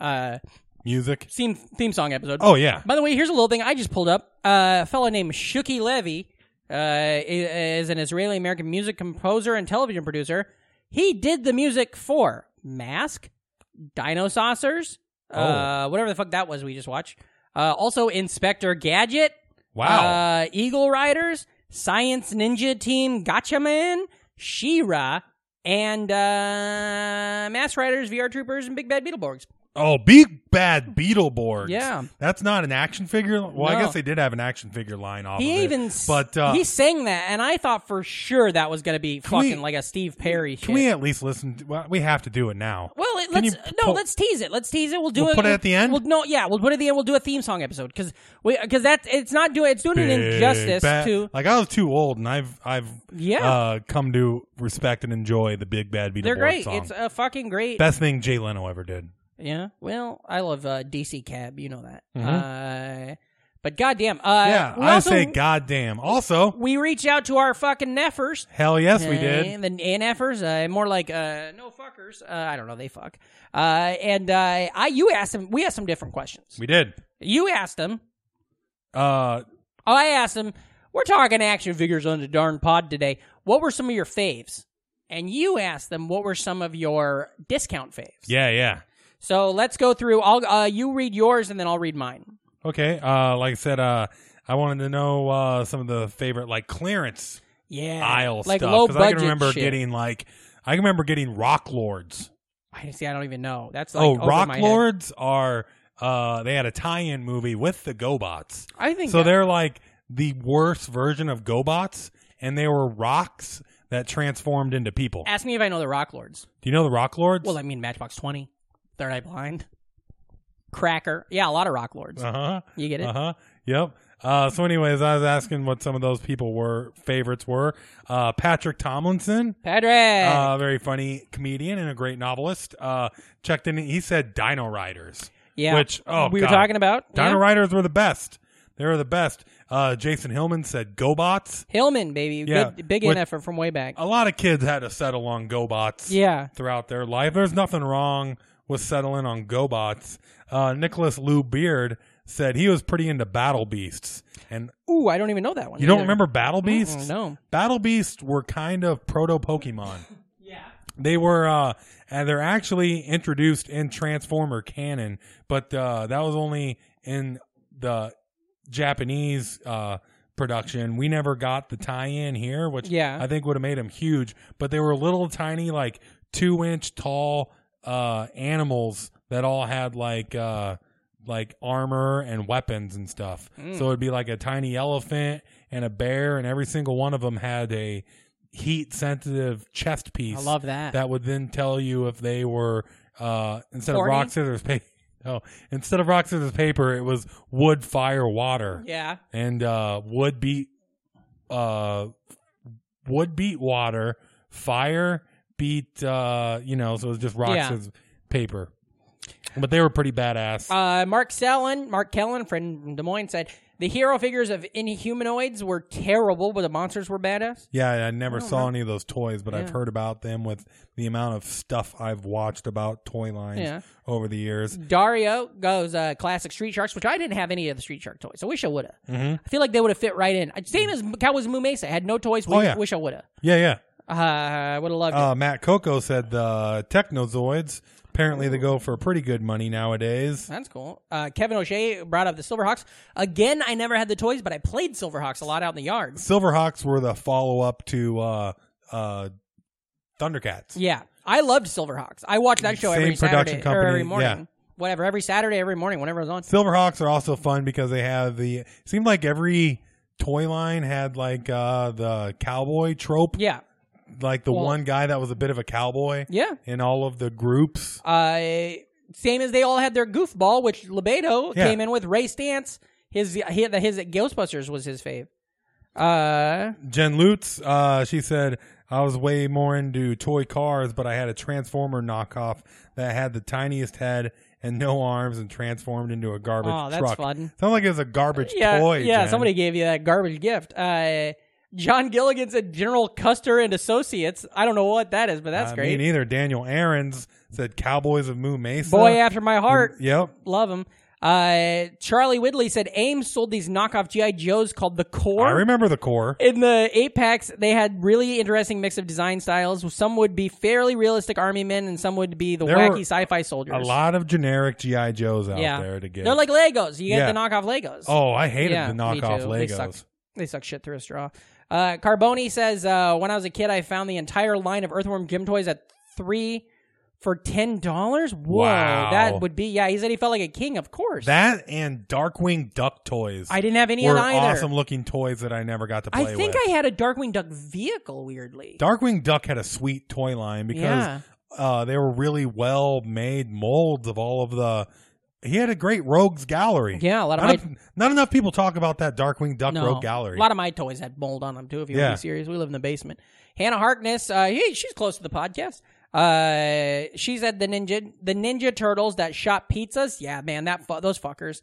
Speaker 6: uh,
Speaker 5: Music.
Speaker 6: theme theme song episode.
Speaker 5: Oh yeah.
Speaker 6: By the way, here's a little thing I just pulled up. Uh, a fellow named Shuki Levy uh, i- is an Israeli American music composer and television producer. He did the music for Mask, Dino Saucers,
Speaker 5: Oh.
Speaker 6: uh, whatever the fuck that was we just watched. Uh, also, Inspector Gadget,
Speaker 5: Wow.
Speaker 6: uh, Eagle Riders, Science Ninja Team, Gotcha Man, She-Ra, and uh, Mass Riders, VR Troopers, and Big Bad Beetleborgs.
Speaker 5: Oh, big bad Beetleborgs.
Speaker 6: Yeah.
Speaker 5: that's not an action figure. Well,
Speaker 6: No.
Speaker 5: I guess they did have an action figure line off. of
Speaker 6: He
Speaker 5: it.
Speaker 6: even, s-
Speaker 5: but uh,
Speaker 6: he sang that, and I thought for sure that was going to be
Speaker 5: Can we-
Speaker 6: fucking like a Steve Perry.
Speaker 5: can
Speaker 6: shit.
Speaker 5: we at least listen? To, well, we have to do it now.
Speaker 6: well, it,
Speaker 5: Can
Speaker 6: let's
Speaker 5: you
Speaker 6: no,
Speaker 5: pull-
Speaker 6: let's tease it. Let's tease it. We'll do
Speaker 5: We'll
Speaker 6: it.
Speaker 5: put it at the end?
Speaker 6: Well, no, yeah, we'll put it at the end. We'll do a theme song episode because we because that it's not doing it's doing an
Speaker 5: Big
Speaker 6: injustice
Speaker 5: bad- Uh,
Speaker 6: to.
Speaker 5: Like I was too old, and I've I've
Speaker 6: Yeah.
Speaker 5: uh, come to respect and enjoy the big bad Beetleborgs.
Speaker 6: They're great.
Speaker 5: song.
Speaker 6: It's uh, a fucking great.
Speaker 5: best thing Jay Leno ever did.
Speaker 6: Yeah. Well, I love uh, DC Cab. You know that. Uh, but goddamn. Uh,
Speaker 5: Mm-hmm. yeah,
Speaker 6: we
Speaker 5: I
Speaker 6: also,
Speaker 5: say goddamn. Also,
Speaker 6: We reach out to our fucking neffers.
Speaker 5: hell yes, we
Speaker 6: Uh,
Speaker 5: did.
Speaker 6: the NFers, uh, more like uh, no fuckers. Uh, I don't know. They fuck. Uh, and uh, I, you asked them. We asked some different questions.
Speaker 5: We did.
Speaker 6: you asked them.
Speaker 5: Uh,
Speaker 6: I asked them. We're talking action figures on the darn pod today. What were some of your faves? And you asked them what were some of your discount faves.
Speaker 5: yeah, yeah.
Speaker 6: So let's go through. I'll uh, you read yours and then I'll read mine.
Speaker 5: Okay. Uh, like I said, uh, I wanted to know uh, some of the favorite like clearance
Speaker 6: Yeah,
Speaker 5: aisle
Speaker 6: like
Speaker 5: stuff.
Speaker 6: low
Speaker 5: 'cause
Speaker 6: budget
Speaker 5: I can remember
Speaker 6: shit.
Speaker 5: getting like I can remember getting Rock Lords.
Speaker 6: I see. I don't even know. That's like
Speaker 5: oh,
Speaker 6: over
Speaker 5: Rock
Speaker 6: my head.
Speaker 5: Lords are uh they had a tie-in movie with the GoBots.
Speaker 6: I think
Speaker 5: So
Speaker 6: that-
Speaker 5: they're like the worst version of GoBots and they were rocks that transformed into people.
Speaker 6: Ask me if I know the Rock Lords.
Speaker 5: Do you know the Rock Lords?
Speaker 6: Well, I mean Matchbox Twenty, Third Eye Blind, Cracker. Yeah, a lot of Rock Lords.
Speaker 5: uh-huh.
Speaker 6: You get it?
Speaker 5: Uh-huh. Yep. Uh, so anyways, I was asking what some of those people were favorites were. Uh, Patrick Tomlinson,
Speaker 6: Patrick.
Speaker 5: uh, very funny comedian and a great novelist. Uh, checked in. He said Dino Riders.
Speaker 6: yeah,
Speaker 5: Which oh,
Speaker 6: we were
Speaker 5: God.
Speaker 6: talking about
Speaker 5: Dino
Speaker 6: yeah.
Speaker 5: Riders were the best. They were the best. Uh, Jason Hillman said GoBots.
Speaker 6: Hillman, baby.
Speaker 5: Yeah.
Speaker 6: Good, big
Speaker 5: With- Oh.
Speaker 6: NFer from way back.
Speaker 5: A lot of kids had to settle on GoBots.
Speaker 6: yeah,
Speaker 5: Throughout their life, there's nothing wrong with settling on GoBots. Uh, Nicholas Lou Beard said he was pretty into Battle Beasts, and
Speaker 6: ooh, I don't even know that one.
Speaker 5: you don't
Speaker 6: either.
Speaker 5: remember Battle Beasts?
Speaker 6: Mm-mm, no.
Speaker 5: Battle Beasts were kind of proto Pokemon. yeah. They were, uh, and they're actually introduced in Transformer canon, but uh, that was only in the Japanese uh, production. We never got the tie-in here, which
Speaker 6: Yeah.
Speaker 5: I think would have made them huge. But they were little tiny, like two-inch tall uh, animals that all had like uh, like armor and weapons and stuff. So it'd be like a tiny elephant and a bear, and every single one of them had a heat-sensitive chest piece.
Speaker 6: I love that.
Speaker 5: That would then tell you if they were uh, instead
Speaker 6: Horny?
Speaker 5: of rock scissors paper. No, instead of rock scissors paper, it was wood, fire, water
Speaker 6: Yeah,
Speaker 5: and uh, wood beat uh, wood beat water, fire beat uh, you know, so it was just rocks
Speaker 6: Yeah.
Speaker 5: as paper. But they were pretty badass.
Speaker 6: Uh, Mark Sellen, Mark Kellen, friend from Des Moines, said the hero figures of Inhumanoids were terrible, but the monsters were badass.
Speaker 5: yeah, I never saw any of those toys, but I've
Speaker 6: Oh, Yeah.
Speaker 5: heard about them with the amount of stuff I've watched about toy lines
Speaker 6: Yeah.
Speaker 5: over the years.
Speaker 6: Dario goes uh, classic Street Sharks, which I didn't have any of the Street Shark toys. I wish I would have.
Speaker 5: Mm-hmm.
Speaker 6: I feel like they would have fit right in. Same as Cowboys Moo Mesa. I had no toys. Wish,
Speaker 5: Oh, yeah.
Speaker 6: wish I would have.
Speaker 5: Yeah, yeah.
Speaker 6: Uh, I would have loved
Speaker 5: Uh, Matt Coco said the Technozoids. Apparently, they
Speaker 6: Oh.
Speaker 5: go for pretty good money nowadays.
Speaker 6: it. That's cool. Uh, Kevin O'Shea brought up the Silverhawks. Again, I never had the toys, but I played Silverhawks a lot out in the yard.
Speaker 5: Silverhawks were the follow up to uh, uh, Thundercats.
Speaker 6: Yeah. I loved Silverhawks. I watched that show
Speaker 5: Same
Speaker 6: every
Speaker 5: production
Speaker 6: Saturday or every
Speaker 5: company,
Speaker 6: morning.
Speaker 5: yeah.
Speaker 6: Whatever, every Saturday, every morning, whenever it was on.
Speaker 5: Silverhawks are also fun because they have the. It seemed like every toy line had like uh the cowboy trope,
Speaker 6: Yeah.
Speaker 5: like the
Speaker 6: Well-
Speaker 5: one guy that was a bit of a cowboy
Speaker 6: Yeah.
Speaker 5: in all of the groups.
Speaker 6: Uh, same as they all had their goofball, which Lebedo
Speaker 5: Yeah.
Speaker 6: came in with. Ray Stance, his his, his Ghostbusters was his fave. Uh,
Speaker 5: Jen Lutz, uh, she said, I was way more into toy cars, but I had a Transformer knockoff that had the tiniest head and no arms and transformed into a garbage
Speaker 6: Aw, that's
Speaker 5: truck.
Speaker 6: fun.
Speaker 5: Sounds like it was a garbage
Speaker 6: yeah,
Speaker 5: toy.
Speaker 6: yeah.
Speaker 5: Jen.
Speaker 6: Somebody gave you that garbage gift. Uh, John Gilligan said General Custer and Associates. I don't know what that is, but that's
Speaker 5: Uh,
Speaker 6: great.
Speaker 5: Me neither. Daniel Aarons said Cowboys of Moo Mesa.
Speaker 6: Boy after my heart,
Speaker 5: Mm, Yep.
Speaker 6: love him. Uh, Charlie Widley said Ames sold these knockoff GI Joes called the Core.
Speaker 5: I remember the core.
Speaker 6: in the eight packs, they had really interesting mix of design styles. Some would be fairly realistic army men, and some would be the
Speaker 5: There were
Speaker 6: wacky sci-fi soldiers.
Speaker 5: A lot of generic G.I. Joes out
Speaker 6: yeah.
Speaker 5: there to get.
Speaker 6: They're like Legos. You get
Speaker 5: Yeah.
Speaker 6: the knockoff Legos.
Speaker 5: oh, I hated
Speaker 6: Yeah,
Speaker 5: the
Speaker 6: me
Speaker 5: knockoff
Speaker 6: too. They suck.
Speaker 5: Legos.
Speaker 6: They suck shit through a straw. Uh, Carboni says, uh, when I was a kid, I found the entire line of Earthworm Jim toys at three for ten dollars. Whoa,
Speaker 5: Wow.
Speaker 6: that would be yeah. He said he felt like a king. Of course,
Speaker 5: That and Darkwing Duck toys.
Speaker 6: I didn't have any of
Speaker 5: were
Speaker 6: that either.
Speaker 5: awesome looking toys that I never got to play
Speaker 6: I think
Speaker 5: with.
Speaker 6: I had a Darkwing Duck vehicle. Weirdly,
Speaker 5: Darkwing Duck had a sweet toy line because
Speaker 6: Yeah.
Speaker 5: uh, they were really well made molds of all of the. He had a great rogues gallery.
Speaker 6: Yeah, a lot of
Speaker 5: not,
Speaker 6: my-
Speaker 5: en- not enough people talk about that Darkwing Duck rogue gallery.
Speaker 6: A lot of my toys had mold on them too. If you
Speaker 5: Yeah.
Speaker 6: want to be serious, we live in the basement. Hannah Harkness, uh, hey, she's close to the podcast. Uh, she said the ninja, the Ninja Turtles that shot pizzas. Yeah, man, that fu- those fuckers.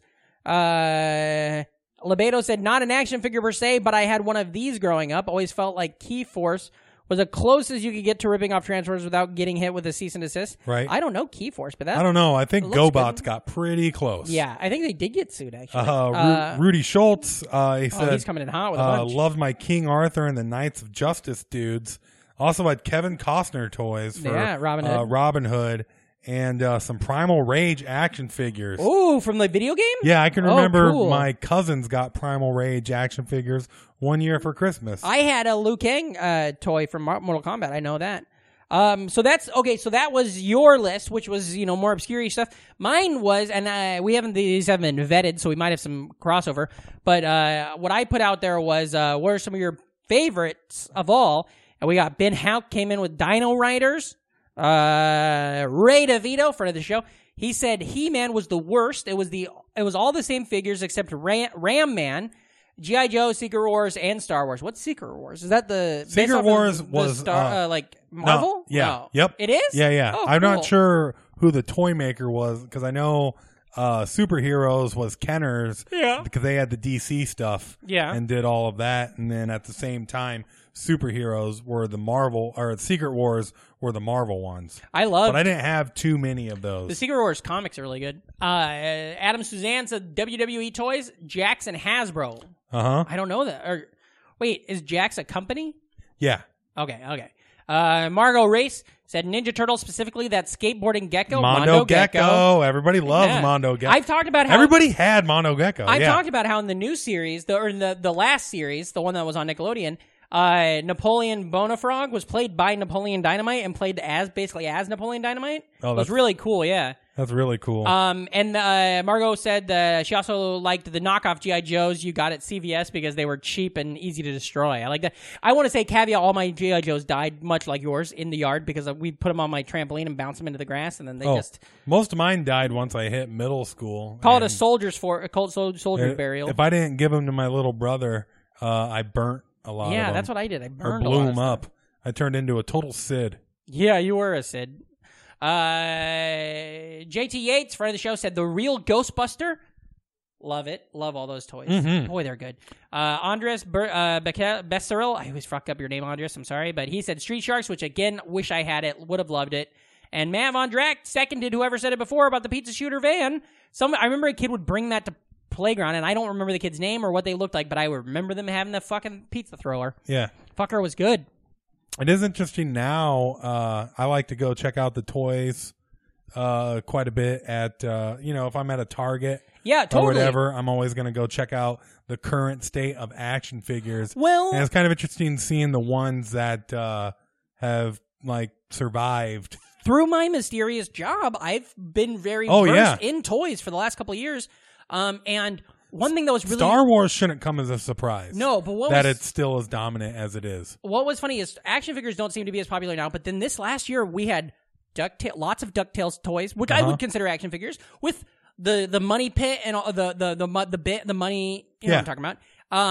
Speaker 6: Uh, Lebedo said not an action figure per se, but I had one of these growing up. Always felt like Key Force was the closest you could get to ripping off Transformers without getting hit with a cease and desist.
Speaker 5: Right.
Speaker 6: I don't know Key Force, but that
Speaker 5: I don't know. I think
Speaker 6: It looks
Speaker 5: GoBots
Speaker 6: good.
Speaker 5: got pretty close.
Speaker 6: Yeah, I think they did get sued actually.
Speaker 5: Uh, Ru-
Speaker 6: Uh,
Speaker 5: Rudy Schultz, uh, he
Speaker 6: oh,
Speaker 5: said,
Speaker 6: he's coming in hot with a
Speaker 5: uh,
Speaker 6: bunch.
Speaker 5: loved my King Arthur and the Knights of Justice dudes. Also had Kevin Costner toys for
Speaker 6: Yeah, Robin
Speaker 5: uh,
Speaker 6: Hood.
Speaker 5: Robin Hood and uh, some Primal Rage action figures.
Speaker 6: Oh, from the video game?
Speaker 5: Yeah, I can
Speaker 6: Oh,
Speaker 5: remember
Speaker 6: cool.
Speaker 5: my cousins got Primal Rage action figures one year for Christmas.
Speaker 6: I had a Liu Kang uh, toy from Mar- Mortal Kombat. I know that. Um, so that's okay. So that was your list, which was you know more obscure stuff. Mine was, and I, we haven't these haven't been vetted, so we might have some crossover. But uh, what I put out there was, uh, what are some of your favorites of all? And we got Ben Houck came in with Dino Riders. Uh, Ray DeVito, friend of the show, he said He Man was the worst. It was the it was all the same figures except Ram, Ram Man, GI Joe, Secret Wars, and Star Wars. What's Secret Wars? Is that the based
Speaker 5: Secret
Speaker 6: off of
Speaker 5: Wars
Speaker 6: the
Speaker 5: was,
Speaker 6: Star
Speaker 5: uh,
Speaker 6: uh, like
Speaker 5: No,
Speaker 6: Marvel?
Speaker 5: yeah.
Speaker 6: No.
Speaker 5: Yep.
Speaker 6: It is.
Speaker 5: Yeah, yeah.
Speaker 6: Oh,
Speaker 5: I'm
Speaker 6: cool.
Speaker 5: not sure who the toy maker was because I know uh, superheroes was Kenner's.
Speaker 6: Yeah.
Speaker 5: Because they had the DC stuff.
Speaker 6: Yeah.
Speaker 5: And did all of that, and then at the same time, superheroes were the Marvel or Secret Wars were the Marvel ones.
Speaker 6: I love
Speaker 5: But I didn't have too many of
Speaker 6: The
Speaker 5: those.
Speaker 6: Secret Wars comics are really good. Uh, Adam Suzanne said WWE toys, Jax and Hasbro.
Speaker 5: Uh huh.
Speaker 6: I don't know that. Or wait, is Jax a company?
Speaker 5: Yeah.
Speaker 6: Okay, okay. Uh, Margot Race said Ninja Turtle specifically that skateboarding gecko,
Speaker 5: Mondo, Gecko. Everybody loves
Speaker 6: Yeah.
Speaker 5: Mondo Gecko.
Speaker 6: I've talked about how
Speaker 5: Everybody had Mondo Gecko.
Speaker 6: I've
Speaker 5: Oh, yeah.
Speaker 6: talked about how in the new series, the, or in the the last series, the one that was on Nickelodeon, uh, Napoleon Bonafrog was played by Napoleon Dynamite and played as basically as Napoleon Dynamite.
Speaker 5: Oh,
Speaker 6: it was
Speaker 5: that's-
Speaker 6: really cool. Yeah.
Speaker 5: That's really cool.
Speaker 6: Um, and uh, Margot said uh, she also liked the knockoff GI Joes you got at CVS because they were cheap and easy to destroy. I like that. I want to say caveat: all my GI Joes died much like yours in the yard because we put them on my trampoline and bounce them into the grass, and then they
Speaker 5: oh,
Speaker 6: just
Speaker 5: most of mine died once I hit middle school.
Speaker 6: call it a
Speaker 5: and-
Speaker 6: soldier's for a cold sol- soldier
Speaker 5: Uh,
Speaker 6: burial.
Speaker 5: If I didn't give them to my little brother, uh, I burnt a lot.
Speaker 6: yeah,
Speaker 5: of them,
Speaker 6: that's what I did. I
Speaker 5: Or
Speaker 6: burned a lot
Speaker 5: blew
Speaker 6: of
Speaker 5: them
Speaker 6: stuff.
Speaker 5: up. I turned into a total Sid.
Speaker 6: Yeah, you were a Sid. Uh, JT Yates, friend of the show, said the real Ghostbuster. Love it. Love all those toys.
Speaker 5: Mm-hmm.
Speaker 6: Boy, they're good. Uh, Andres Ber- uh, Beca- Besseril, I always fuck up your name, Andres. I'm sorry, but he said Street Sharks, which again, wish I had it. Would have loved it. And Matt Von Drack seconded whoever said it before about the pizza shooter van. Some I remember a kid would bring that to playground, and I don't remember the kid's name or what they looked like, but I remember them having the fucking pizza thrower.
Speaker 5: Yeah.
Speaker 6: Fucker was good.
Speaker 5: It is interesting now. Uh, I like to go check out the toys uh, quite a bit at, uh, you know, if I'm at a Target
Speaker 6: Yeah,
Speaker 5: or
Speaker 6: totally.
Speaker 5: whatever, I'm always going to go check out the current state of action figures.
Speaker 6: Well-
Speaker 5: and it's kind of interesting seeing the ones that uh, have, like, survived.
Speaker 6: through my mysterious job, I've been very
Speaker 5: Oh,
Speaker 6: versed
Speaker 5: yeah.
Speaker 6: in toys for the last couple of years. Um, and one thing that was really
Speaker 5: Star Wars shouldn't come as a surprise.
Speaker 6: No, but what
Speaker 5: that
Speaker 6: was-
Speaker 5: it's still as dominant as it is.
Speaker 6: what was funny is action figures don't seem to be as popular now, but then this last year we had Ducktail, lots of Ducktales toys, which
Speaker 5: Uh-huh.
Speaker 6: I would consider action figures, with the the money pit and all, the the the mu- the bit the money. You know
Speaker 5: Yeah.
Speaker 6: what I'm talking about.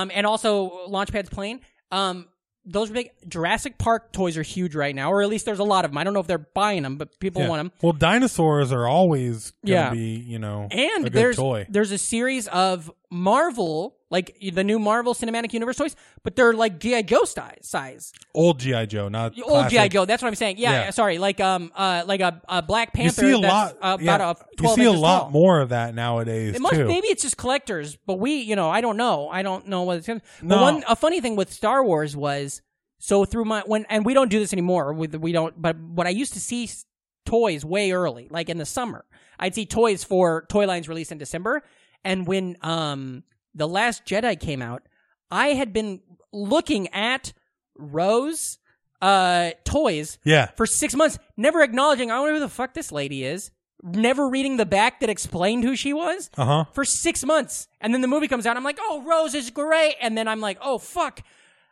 Speaker 6: Um, and also Launchpad's plane. Um, those are big. Jurassic Park toys are huge right now, or at least there's a lot of them. I don't know if they're buying them, but people
Speaker 5: Yeah.
Speaker 6: want them.
Speaker 5: Well, dinosaurs are always gonna
Speaker 6: Yeah.
Speaker 5: be you know
Speaker 6: And
Speaker 5: a good
Speaker 6: there's
Speaker 5: toy.
Speaker 6: there's a series of Marvel, like the new Marvel Cinematic Universe toys, but they're like GI Joe sti- size.
Speaker 5: Old GI Joe, not
Speaker 6: The old GI
Speaker 5: classic.
Speaker 6: Joe. That's what I'm saying. Yeah,
Speaker 5: Yeah.
Speaker 6: sorry. Like um uh like a, a Black
Speaker 5: You
Speaker 6: Panther.
Speaker 5: see a
Speaker 6: that's
Speaker 5: lot.
Speaker 6: About
Speaker 5: yeah,
Speaker 6: a twelve.
Speaker 5: you see a
Speaker 6: inches
Speaker 5: lot
Speaker 6: tall.
Speaker 5: more of that nowadays
Speaker 6: It must,
Speaker 5: too.
Speaker 6: maybe it's just collectors, but we, you know, I don't know. I don't know what it's going to. But
Speaker 5: No.
Speaker 6: one, a funny thing with Star Wars was so through my when, and we don't do this anymore. We, we don't. But but I used to see s- toys way early, like in the summer. I'd see toys for toy lines released in December, and when um the Last Jedi came out, I had been looking at Rose uh toys
Speaker 5: yeah,
Speaker 6: for six months, never acknowledging, I don't know who the fuck this lady is, never reading the back that explained who she was
Speaker 5: uh huh.
Speaker 6: for six months. And then the movie comes out, I'm like, oh, Rose is great. And then I'm like, oh, fuck.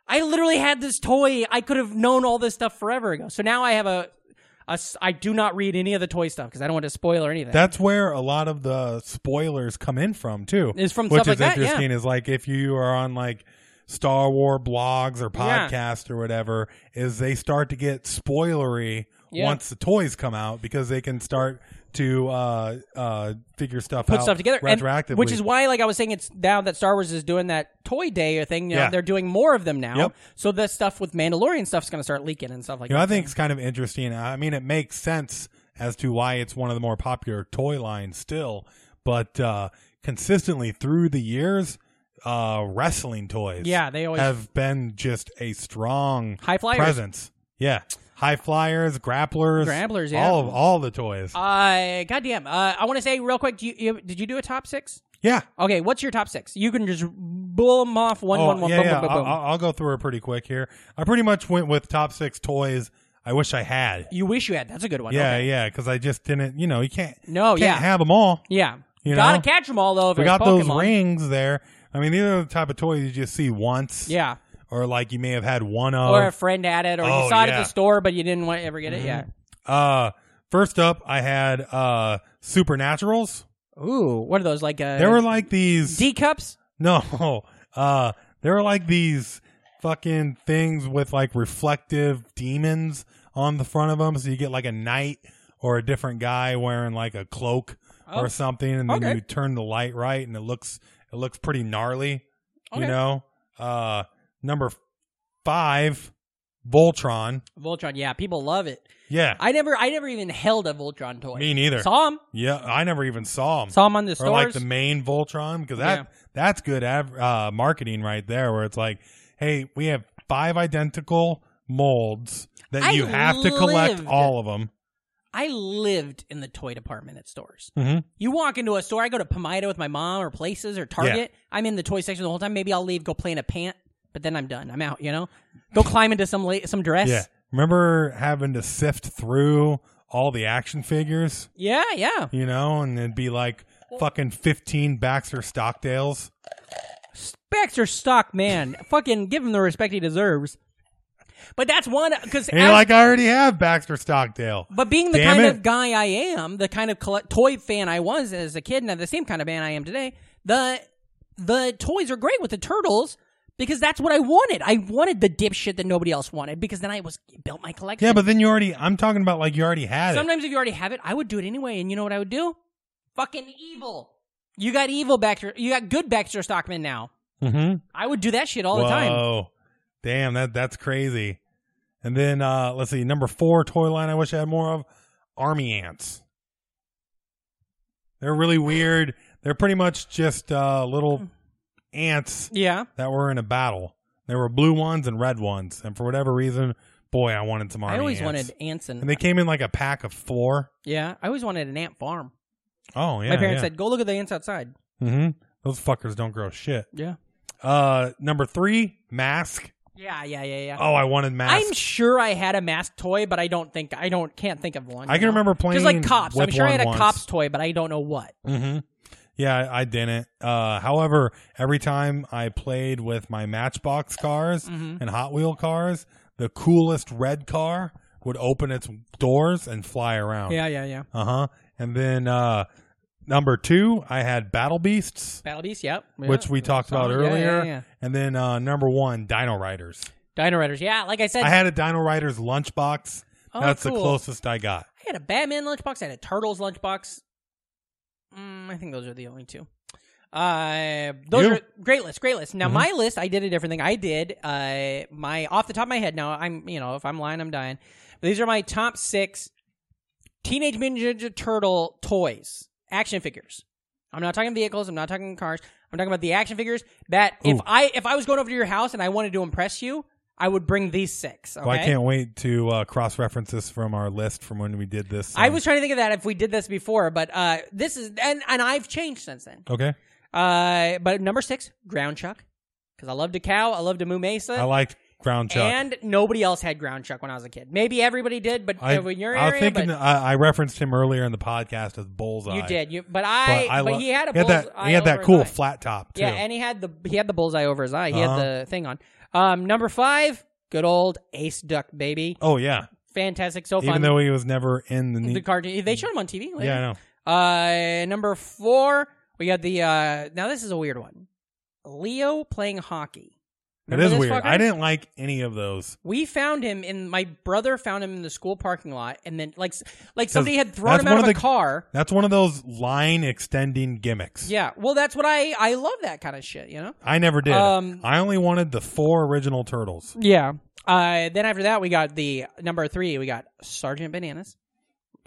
Speaker 6: I literally had this toy. I could have known all this stuff forever ago. So now I have a, a s- I do not read any of the toy stuff because I don't want to spoil or anything.
Speaker 5: That's where a lot of the spoilers come in from too.
Speaker 6: Is from
Speaker 5: which
Speaker 6: stuff like
Speaker 5: is
Speaker 6: that, yeah.
Speaker 5: interesting. Is like if you are on like Star Wars blogs or
Speaker 6: Yeah.
Speaker 5: podcasts or whatever, is they start to get spoilery
Speaker 6: Yeah.
Speaker 5: once the toys come out because they can start to uh uh figure stuff
Speaker 6: put
Speaker 5: out
Speaker 6: stuff together and-
Speaker 5: retroactively,
Speaker 6: which is why, like I was saying, it's now that Star Wars is doing that Toy Day thing. You know,
Speaker 5: Yeah.
Speaker 6: they're doing more of them now.
Speaker 5: Yep.
Speaker 6: So the stuff with Mandalorian stuff is going to start leaking and stuff like
Speaker 5: you know
Speaker 6: that.
Speaker 5: I think it's kind of interesting. I mean, it makes sense as to why it's one of the more popular toy lines still, but uh consistently through the years. Uh, wrestling toys.
Speaker 6: Yeah, they always-
Speaker 5: have been just a strong
Speaker 6: high flyers.
Speaker 5: presence. Yeah, high flyers, grapplers,
Speaker 6: Grapplers, yeah.
Speaker 5: all of all the toys.
Speaker 6: Uh, goddamn. Uh, I want to say real quick. Do you, you did you do a top six?
Speaker 5: yeah.
Speaker 6: Okay, what's your top six? You can just blow them off one,
Speaker 5: Oh,
Speaker 6: one, one,
Speaker 5: yeah,
Speaker 6: boom, boom,
Speaker 5: yeah.
Speaker 6: boom,
Speaker 5: I'll,
Speaker 6: boom.
Speaker 5: I'll- I'll go through it pretty quick here. I pretty much went with top six toys. I wish I had.
Speaker 6: you wish you had. That's a good one.
Speaker 5: Yeah,
Speaker 6: Okay.
Speaker 5: yeah, because I just didn't. You know, you can't.
Speaker 6: No,
Speaker 5: can't
Speaker 6: yeah.
Speaker 5: have them all.
Speaker 6: yeah.
Speaker 5: You
Speaker 6: Gotta
Speaker 5: know?
Speaker 6: catch them all though. If
Speaker 5: We
Speaker 6: it's
Speaker 5: got
Speaker 6: Pokemon.
Speaker 5: those rings there. I mean, these are the type of toys you just see once.
Speaker 6: Yeah.
Speaker 5: Or like you may have had one of.
Speaker 6: Or a friend had it, or you
Speaker 5: Oh,
Speaker 6: saw it at
Speaker 5: yeah. Mm-hmm.
Speaker 6: the store, but you didn't want ever get it.
Speaker 5: uh, first up, I had uh Supernaturals.
Speaker 6: Yeah. Ooh, what are those like? Uh,
Speaker 5: They were like these.
Speaker 6: D cups.
Speaker 5: No. Uh there were like these fucking things with like reflective demons on the front of them so you get like a knight or a different guy wearing like a cloak
Speaker 6: Oh.
Speaker 5: or something and then
Speaker 6: Okay.
Speaker 5: you turn the light right and it looks it looks pretty gnarly,
Speaker 6: Okay.
Speaker 5: you know? Uh number 5 Voltron.
Speaker 6: Voltron. Yeah, people love it.
Speaker 5: Yeah.
Speaker 6: I never, I never even held a Voltron toy.
Speaker 5: me neither.
Speaker 6: Saw him.
Speaker 5: yeah, I never even saw him.
Speaker 6: Saw him on the
Speaker 5: or
Speaker 6: stores.
Speaker 5: like the main Voltron because that
Speaker 6: Yeah.
Speaker 5: that's good av- uh, marketing right there, where it's like, hey, we have five identical molds that
Speaker 6: I
Speaker 5: you have to collect
Speaker 6: lived-
Speaker 5: all of them.
Speaker 6: I lived in the toy department at stores.
Speaker 5: Mhm.
Speaker 6: You walk into a store, I go to Pomida with my mom or places or Target. I'm in the toy section the whole time. Maybe I'll leave, go play in a pant, but then I'm done. I'm out, you know? Go climb into some la- some dress.
Speaker 5: Yeah, remember having to sift through all the action figures,
Speaker 6: yeah. yeah.
Speaker 5: you know, and it'd be like fucking fifteen Baxter Stockdales.
Speaker 6: Baxter Stock, man. Fucking give him the respect he deserves. But that's one, because.
Speaker 5: And you're like, I already have Baxter Stockdale.
Speaker 6: But being the
Speaker 5: Damn
Speaker 6: kind
Speaker 5: it.
Speaker 6: of guy I am, the kind of colle- toy fan I was as a kid, and the same kind of man I am today, the the toys are great with the turtles because that's what I wanted. I wanted the dipshit that nobody else wanted because then I was built my collection.
Speaker 5: Yeah, but then you already. I'm talking about like you already had it.
Speaker 6: sometimes if you already have it, I would do it anyway. And you know what I would do? Fucking evil. You got evil Baxter. You got good Baxter Stockman now.
Speaker 5: Mm-hmm.
Speaker 6: I would do that shit all the time.
Speaker 5: Whoa. Damn, that that's crazy. And then uh let's see, number four toy line I wish I had more of. Army ants. They're really weird. They're pretty much just uh
Speaker 6: Hmm.
Speaker 5: little ants
Speaker 6: Yeah.
Speaker 5: that were in a battle. There were blue ones and red ones, and for whatever reason, boy, I wanted some army
Speaker 6: I always
Speaker 5: ants.
Speaker 6: wanted ants and,
Speaker 5: and they came in like a pack of four.
Speaker 6: yeah. I always wanted an ant farm.
Speaker 5: Oh yeah.
Speaker 6: my parents said, "Go look at the ants outside."
Speaker 5: Mm-hmm. Those fuckers don't grow shit.
Speaker 6: Yeah.
Speaker 5: Uh number three, mask.
Speaker 6: Yeah. Yeah. Yeah. Yeah.
Speaker 5: Oh, I wanted mask.
Speaker 6: I'm sure I had a mask toy, but I don't think I don't can't think of one.
Speaker 5: I
Speaker 6: you
Speaker 5: can
Speaker 6: know?
Speaker 5: remember
Speaker 6: just
Speaker 5: playing
Speaker 6: like cops. I'm
Speaker 5: with
Speaker 6: sure I
Speaker 5: one
Speaker 6: had a
Speaker 5: once.
Speaker 6: cops toy, but I don't know what.
Speaker 5: Mm-hmm. Yeah, I, I didn't. Uh, however, every time I played with my Matchbox cars
Speaker 6: Mm-hmm.
Speaker 5: and Hot Wheel cars, the coolest red car would open its doors and fly around.
Speaker 6: Yeah, yeah, yeah.
Speaker 5: Uh huh. And then uh, number two, I had Battle Beasts,
Speaker 6: Battle Beast, yep.
Speaker 5: which
Speaker 6: Yeah.
Speaker 5: we talked about
Speaker 6: Yeah, yeah,
Speaker 5: earlier.
Speaker 6: yeah.
Speaker 5: And then uh, number one, Dino Riders.
Speaker 6: Dino Riders, yeah. Like I said,
Speaker 5: I
Speaker 6: I had,
Speaker 5: had a Dino Riders lunchbox.
Speaker 6: Oh,
Speaker 5: That's the
Speaker 6: cool.
Speaker 5: closest I got.
Speaker 6: a Batman lunchbox, I had a Turtles lunchbox. Mm, I think those are the only two. Uh, those
Speaker 5: You? Mm-hmm.
Speaker 6: are great list, great list. Now my list, I did a different thing. I did uh my off the top of my head. Now I'm you know if I'm lying, I'm dying. But these are my top six Teenage Mutant Ninja Turtle toys, action figures. I'm not talking vehicles. I'm not talking cars. I'm talking about the action figures that if
Speaker 5: Ooh.
Speaker 6: I if I was going over to your house and I wanted to impress you, I would bring these six. Okay?
Speaker 5: Well, I can't wait to uh, cross reference this from our list from when we did this.
Speaker 6: I
Speaker 5: um,
Speaker 6: was trying to think of that if we did this before, but uh, this is and and I've changed since then.
Speaker 5: okay.
Speaker 6: Uh, but number six, ground chuck, because I loved a cow, I loved a moo mesa,
Speaker 5: I liked ground chuck.
Speaker 6: and nobody else had ground chuck when I was a kid. Maybe everybody did, but
Speaker 5: I,
Speaker 6: uh, in your
Speaker 5: I was
Speaker 6: area,
Speaker 5: thinking
Speaker 6: but
Speaker 5: that I, I referenced him earlier in the podcast as bullseye.
Speaker 6: you did. You, but
Speaker 5: but
Speaker 6: I, but,
Speaker 5: lo-
Speaker 6: he had a
Speaker 5: that
Speaker 6: bullseye
Speaker 5: he had that
Speaker 6: over
Speaker 5: cool
Speaker 6: his eye.
Speaker 5: flat top too.
Speaker 6: yeah, and he had the he had the bullseye over his eye. He
Speaker 5: Uh-huh.
Speaker 6: had the thing on. Um, number five, good old Ace Duck, baby,
Speaker 5: oh yeah,
Speaker 6: fantastic, so
Speaker 5: even
Speaker 6: fun.
Speaker 5: though he was never in the,
Speaker 6: the
Speaker 5: ne-
Speaker 6: cartoon, they showed him on TV. Later.
Speaker 5: yeah I know
Speaker 6: Uh, number four, we got the. uh Now this is a weird one. Leo playing hockey.
Speaker 5: it
Speaker 6: Remember
Speaker 5: is
Speaker 6: this
Speaker 5: weird.
Speaker 6: fucker?
Speaker 5: I didn't like any of those.
Speaker 6: We found him in my brother found him in the school parking lot, and then like s- like
Speaker 5: 'Cause
Speaker 6: somebody had thrown
Speaker 5: that's
Speaker 6: him out
Speaker 5: one
Speaker 6: of,
Speaker 5: of
Speaker 6: a
Speaker 5: the-
Speaker 6: car.
Speaker 5: That's one of those line extending gimmicks.
Speaker 6: Yeah, well, that's what I I love that kind of shit, you know.
Speaker 5: I never did.
Speaker 6: Um,
Speaker 5: I only wanted the four original turtles.
Speaker 6: Yeah. Uh, then after that, we got the number three. We got Sergeant Bananas.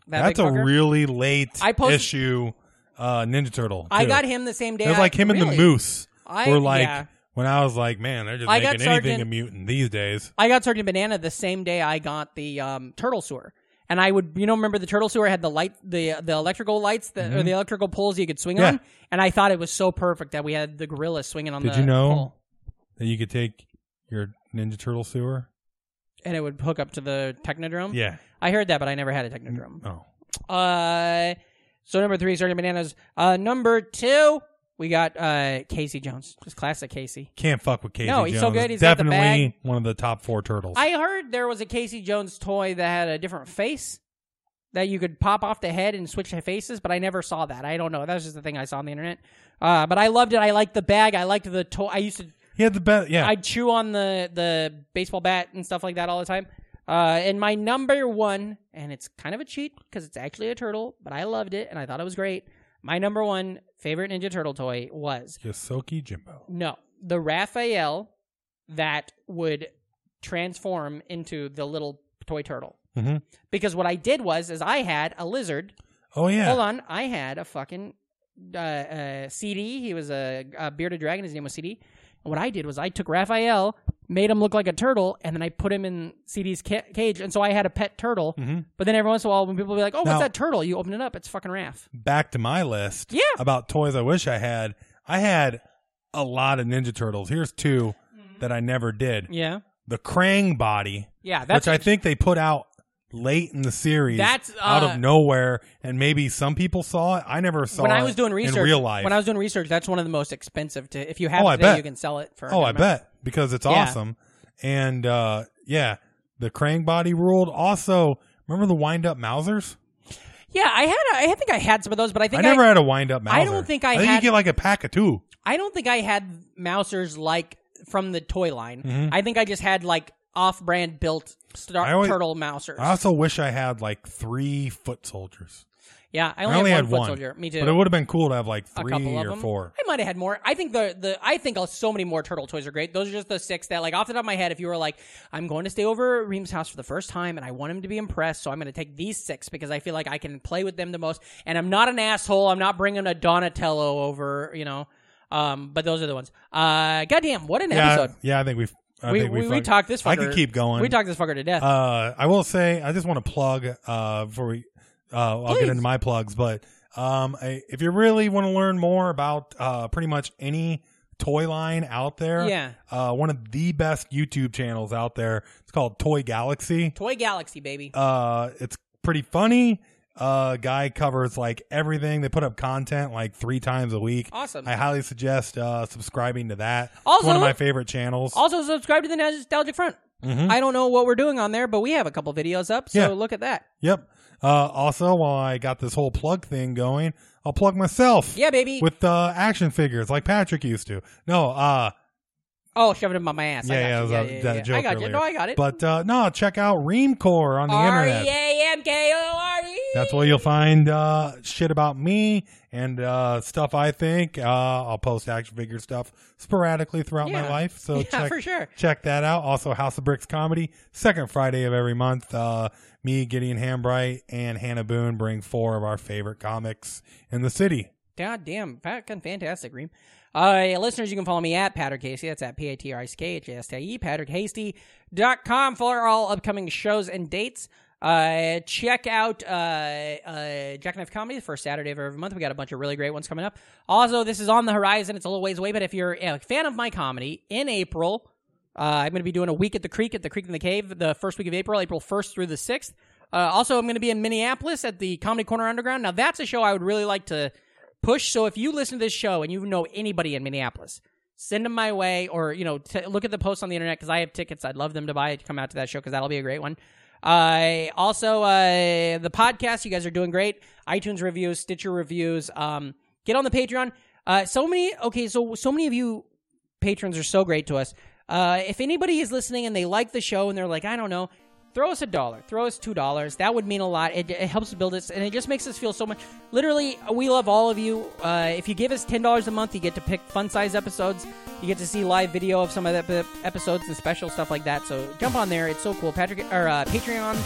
Speaker 6: That
Speaker 5: That's
Speaker 6: big
Speaker 5: a
Speaker 6: fucker.
Speaker 5: really late
Speaker 6: I posted-
Speaker 5: issue uh, Ninja Turtle.
Speaker 6: I
Speaker 5: too.
Speaker 6: got him the same day.
Speaker 5: It was
Speaker 6: I-
Speaker 5: like him and the
Speaker 6: Really?
Speaker 5: moose
Speaker 6: I-
Speaker 5: were like
Speaker 6: yeah.
Speaker 5: when I was like, man, they're just
Speaker 6: I got
Speaker 5: making anything
Speaker 6: Sergeant-
Speaker 5: a mutant these days.
Speaker 6: I got Sergeant Banana the same day I got the um, turtle sewer. And I would, you know, remember the turtle sewer had the light, the the electrical lights that, or the electrical poles you could swing
Speaker 5: Mm-hmm. Yeah.
Speaker 6: on. And I thought it was so perfect that we had the gorilla swinging on
Speaker 5: Did
Speaker 6: the
Speaker 5: you know
Speaker 6: pole,
Speaker 5: that you could take your Ninja Turtle sewer?
Speaker 6: and it would hook up to the technodrome.
Speaker 5: Yeah.
Speaker 6: I heard that, but I never had a technodrome.
Speaker 5: Oh,
Speaker 6: Uh, so number three, Sergeant Bananas. Uh, number two, we got uh Casey Jones, just classic Casey.
Speaker 5: can't fuck with Casey.
Speaker 6: No, he's so
Speaker 5: Jones.
Speaker 6: good, he's got the
Speaker 5: definitely one of the top four turtles.
Speaker 6: I heard there was a Casey Jones toy that had a different face that you could pop off the head and switch the faces, but I never saw that. I don't know. That was just the thing I saw on the internet. Uh, but I loved it. I liked the bag. I liked the toy. I used to
Speaker 5: he had the best. Yeah,
Speaker 6: I'd chew on the the baseball bat and stuff like that all the time. Uh, and my number one, and it's kind of a cheat because it's actually a turtle, but I loved it and I thought it was great. My number one favorite Ninja Turtle toy was
Speaker 5: Yosoki Jimbo.
Speaker 6: no, the Raphael that would transform into the little toy turtle.
Speaker 5: Mhm.
Speaker 6: Because what I did was, is I had a lizard.
Speaker 5: Oh yeah,
Speaker 6: Hold on, I had a fucking uh, uh, CD. He was a, a bearded dragon. His name was CD. And what I did was I took Raphael, made him look like a turtle, and then I put him in CD's ca- cage. And so I had a pet turtle. But then every once in a while, when people be like, "Oh,
Speaker 5: Mm-hmm. Now-
Speaker 6: what's that turtle?" You open it up, it's fucking Raph.
Speaker 5: back to my list.
Speaker 6: Yeah.
Speaker 5: about toys I wish I had. I had a lot of Ninja Turtles. Here's 2 that I never did.
Speaker 6: Mm-hmm. Yeah,
Speaker 5: The Krang body.
Speaker 6: yeah. That's
Speaker 5: which I think they put out late in the series.
Speaker 6: That's,
Speaker 5: out
Speaker 6: uh,
Speaker 5: of nowhere, and maybe some people saw it. I never saw
Speaker 6: when
Speaker 5: it
Speaker 6: I was doing research.
Speaker 5: in real life.
Speaker 6: when I was doing research, that's one of the most expensive. To if you have
Speaker 5: Oh,
Speaker 6: it
Speaker 5: I
Speaker 6: today,
Speaker 5: bet.
Speaker 6: you can sell it for. a
Speaker 5: oh,
Speaker 6: good
Speaker 5: I
Speaker 6: amount.
Speaker 5: bet because it's
Speaker 6: Yeah.
Speaker 5: awesome, and uh, yeah, the Krang body ruled. Also, remember the wind up Mausers?
Speaker 6: Yeah, I had. A, I think I had some of those, but I
Speaker 5: I,
Speaker 6: think I,
Speaker 5: never had a wind up Mauser.
Speaker 6: I don't think I
Speaker 5: I think you
Speaker 6: had-
Speaker 5: get like a pack of two.
Speaker 6: I don't think I had Mousers like from the toy line. I think I just had like off-brand built Star
Speaker 5: Mm-hmm. I always-
Speaker 6: Turtle Mousers.
Speaker 5: I also wish I had like three foot soldiers.
Speaker 6: yeah, I
Speaker 5: I
Speaker 6: only,
Speaker 5: only,
Speaker 6: had
Speaker 5: had
Speaker 6: one
Speaker 5: one.
Speaker 6: foot soldier. Me too.
Speaker 5: But it would have been cool to have like
Speaker 6: a
Speaker 5: three
Speaker 6: couple of
Speaker 5: or
Speaker 6: them.
Speaker 5: four.
Speaker 6: I might have had more. I think the the I think so many more turtle toys are great. Those are just the six that like off the top of my head. If you were like, I'm going to stay over at Reem's house for the first time and I want him to be impressed, so I'm going to take these six because I feel like I can play with them the most. And I'm not an asshole. I'm not bringing a Donatello over. You know. Um, but those are the ones. Uh, goddamn, what an
Speaker 5: yeah,
Speaker 6: episode.
Speaker 5: yeah. I think we've. I
Speaker 6: we,
Speaker 5: think
Speaker 6: we,
Speaker 5: we,
Speaker 6: we
Speaker 5: fucked-
Speaker 6: talked this fucker.
Speaker 5: I could keep going.
Speaker 6: We talked this fucker to death.
Speaker 5: Uh, I will say, I just want to plug uh, before we, uh, I'll
Speaker 6: Please.
Speaker 5: get into my plugs, but um, I, if you really want to learn more about uh, pretty much any toy line out there,
Speaker 6: Yeah.
Speaker 5: uh, one of the best YouTube channels out there. It's called Toy Galaxy.
Speaker 6: Toy Galaxy, baby.
Speaker 5: Uh, it's pretty funny. uh, guy covers like everything. They put up content like three times a week.
Speaker 6: Awesome.
Speaker 5: I highly suggest uh, subscribing to that. It's
Speaker 6: Also-
Speaker 5: one of my favorite channels. Mm-hmm.
Speaker 6: Also, subscribe to the Nostalgic Front. I don't know what we're doing on there, but we have a couple videos up, so
Speaker 5: Hmm? Yeah.
Speaker 6: look at that.
Speaker 5: Yep. Uh, also, while I got this whole plug thing going, I'll plug myself.
Speaker 6: Yeah, baby.
Speaker 5: With uh, action figures like Patrick used to. No, uh,
Speaker 6: oh, shove it in my ass. I got
Speaker 5: yeah, yeah,
Speaker 6: you.
Speaker 5: it was
Speaker 6: yeah,
Speaker 5: a,
Speaker 6: yeah,
Speaker 5: that
Speaker 6: yeah.
Speaker 5: joke
Speaker 6: I got
Speaker 5: earlier.
Speaker 6: you. No, I got it.
Speaker 5: But uh, no, check out Reamcore on the
Speaker 6: R e
Speaker 5: internet.
Speaker 6: a m k o r e.
Speaker 5: That's where you'll find uh, shit about me and uh, stuff I think. Uh, I'll post action figure stuff sporadically throughout
Speaker 6: Yeah.
Speaker 5: my life, so
Speaker 6: Yeah,
Speaker 5: check
Speaker 6: for sure.
Speaker 5: check that out. Also, House of Bricks comedy, second Friday of every month. Uh, me, Gideon Hambright, and Hannah Boone bring four of our favorite comics in the city.
Speaker 6: God damn, fucking fantastic, Reem. Uh, yeah, listeners, you can follow me at Patrick Hasty. That's at P A T R I C K H A S T I E, patrickhasty.com for all upcoming shows and dates. Uh, check out uh, uh, Jackknife Comedy the first Saturday of every month. We got a bunch of really great ones coming up. Also, this is on the horizon. It's a little ways away, but if you're a fan of my comedy, in April, uh, I'm going to be doing a week at the Creek, at the Creek in the Cave, the first week of April, April 1st through the 6th. Uh, also, I'm going to be in Minneapolis at the Comedy Corner Underground. Now, that's a show I would really like to push. So, if you listen to this show and you know anybody in Minneapolis, send them my way or, you know, t- look at the posts on the internet because I have tickets. I'd love them to buy it to come out to that show because that'll be a great one. Uh, also, uh, the podcast, you guys are doing great. iTunes reviews, Stitcher reviews. Um, get on the Patreon. Uh, so many, okay, so so many of you patrons are so great to us. Uh, if anybody is listening and they like the show and they're like, I don't know, throw us a dollar, throw us two dollars. That would mean a lot. It, it helps build us, and it just makes us feel so much. Literally, we love all of you. Uh, if you give us ten dollars a month, you get to pick fun size episodes. You get to see live video of some of the ep- episodes and special stuff like that. So jump on there. It's so cool. Patrick or uh, Patreon.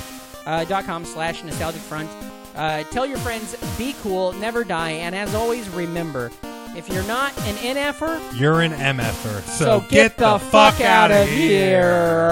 Speaker 6: Uh, dot com slash nostalgic front. Uh, tell your friends, be cool, never die, and as always, remember if you're not an NFer,
Speaker 5: You're an MFer,
Speaker 6: er, so,
Speaker 5: so,
Speaker 6: get, the, fuck, out of here.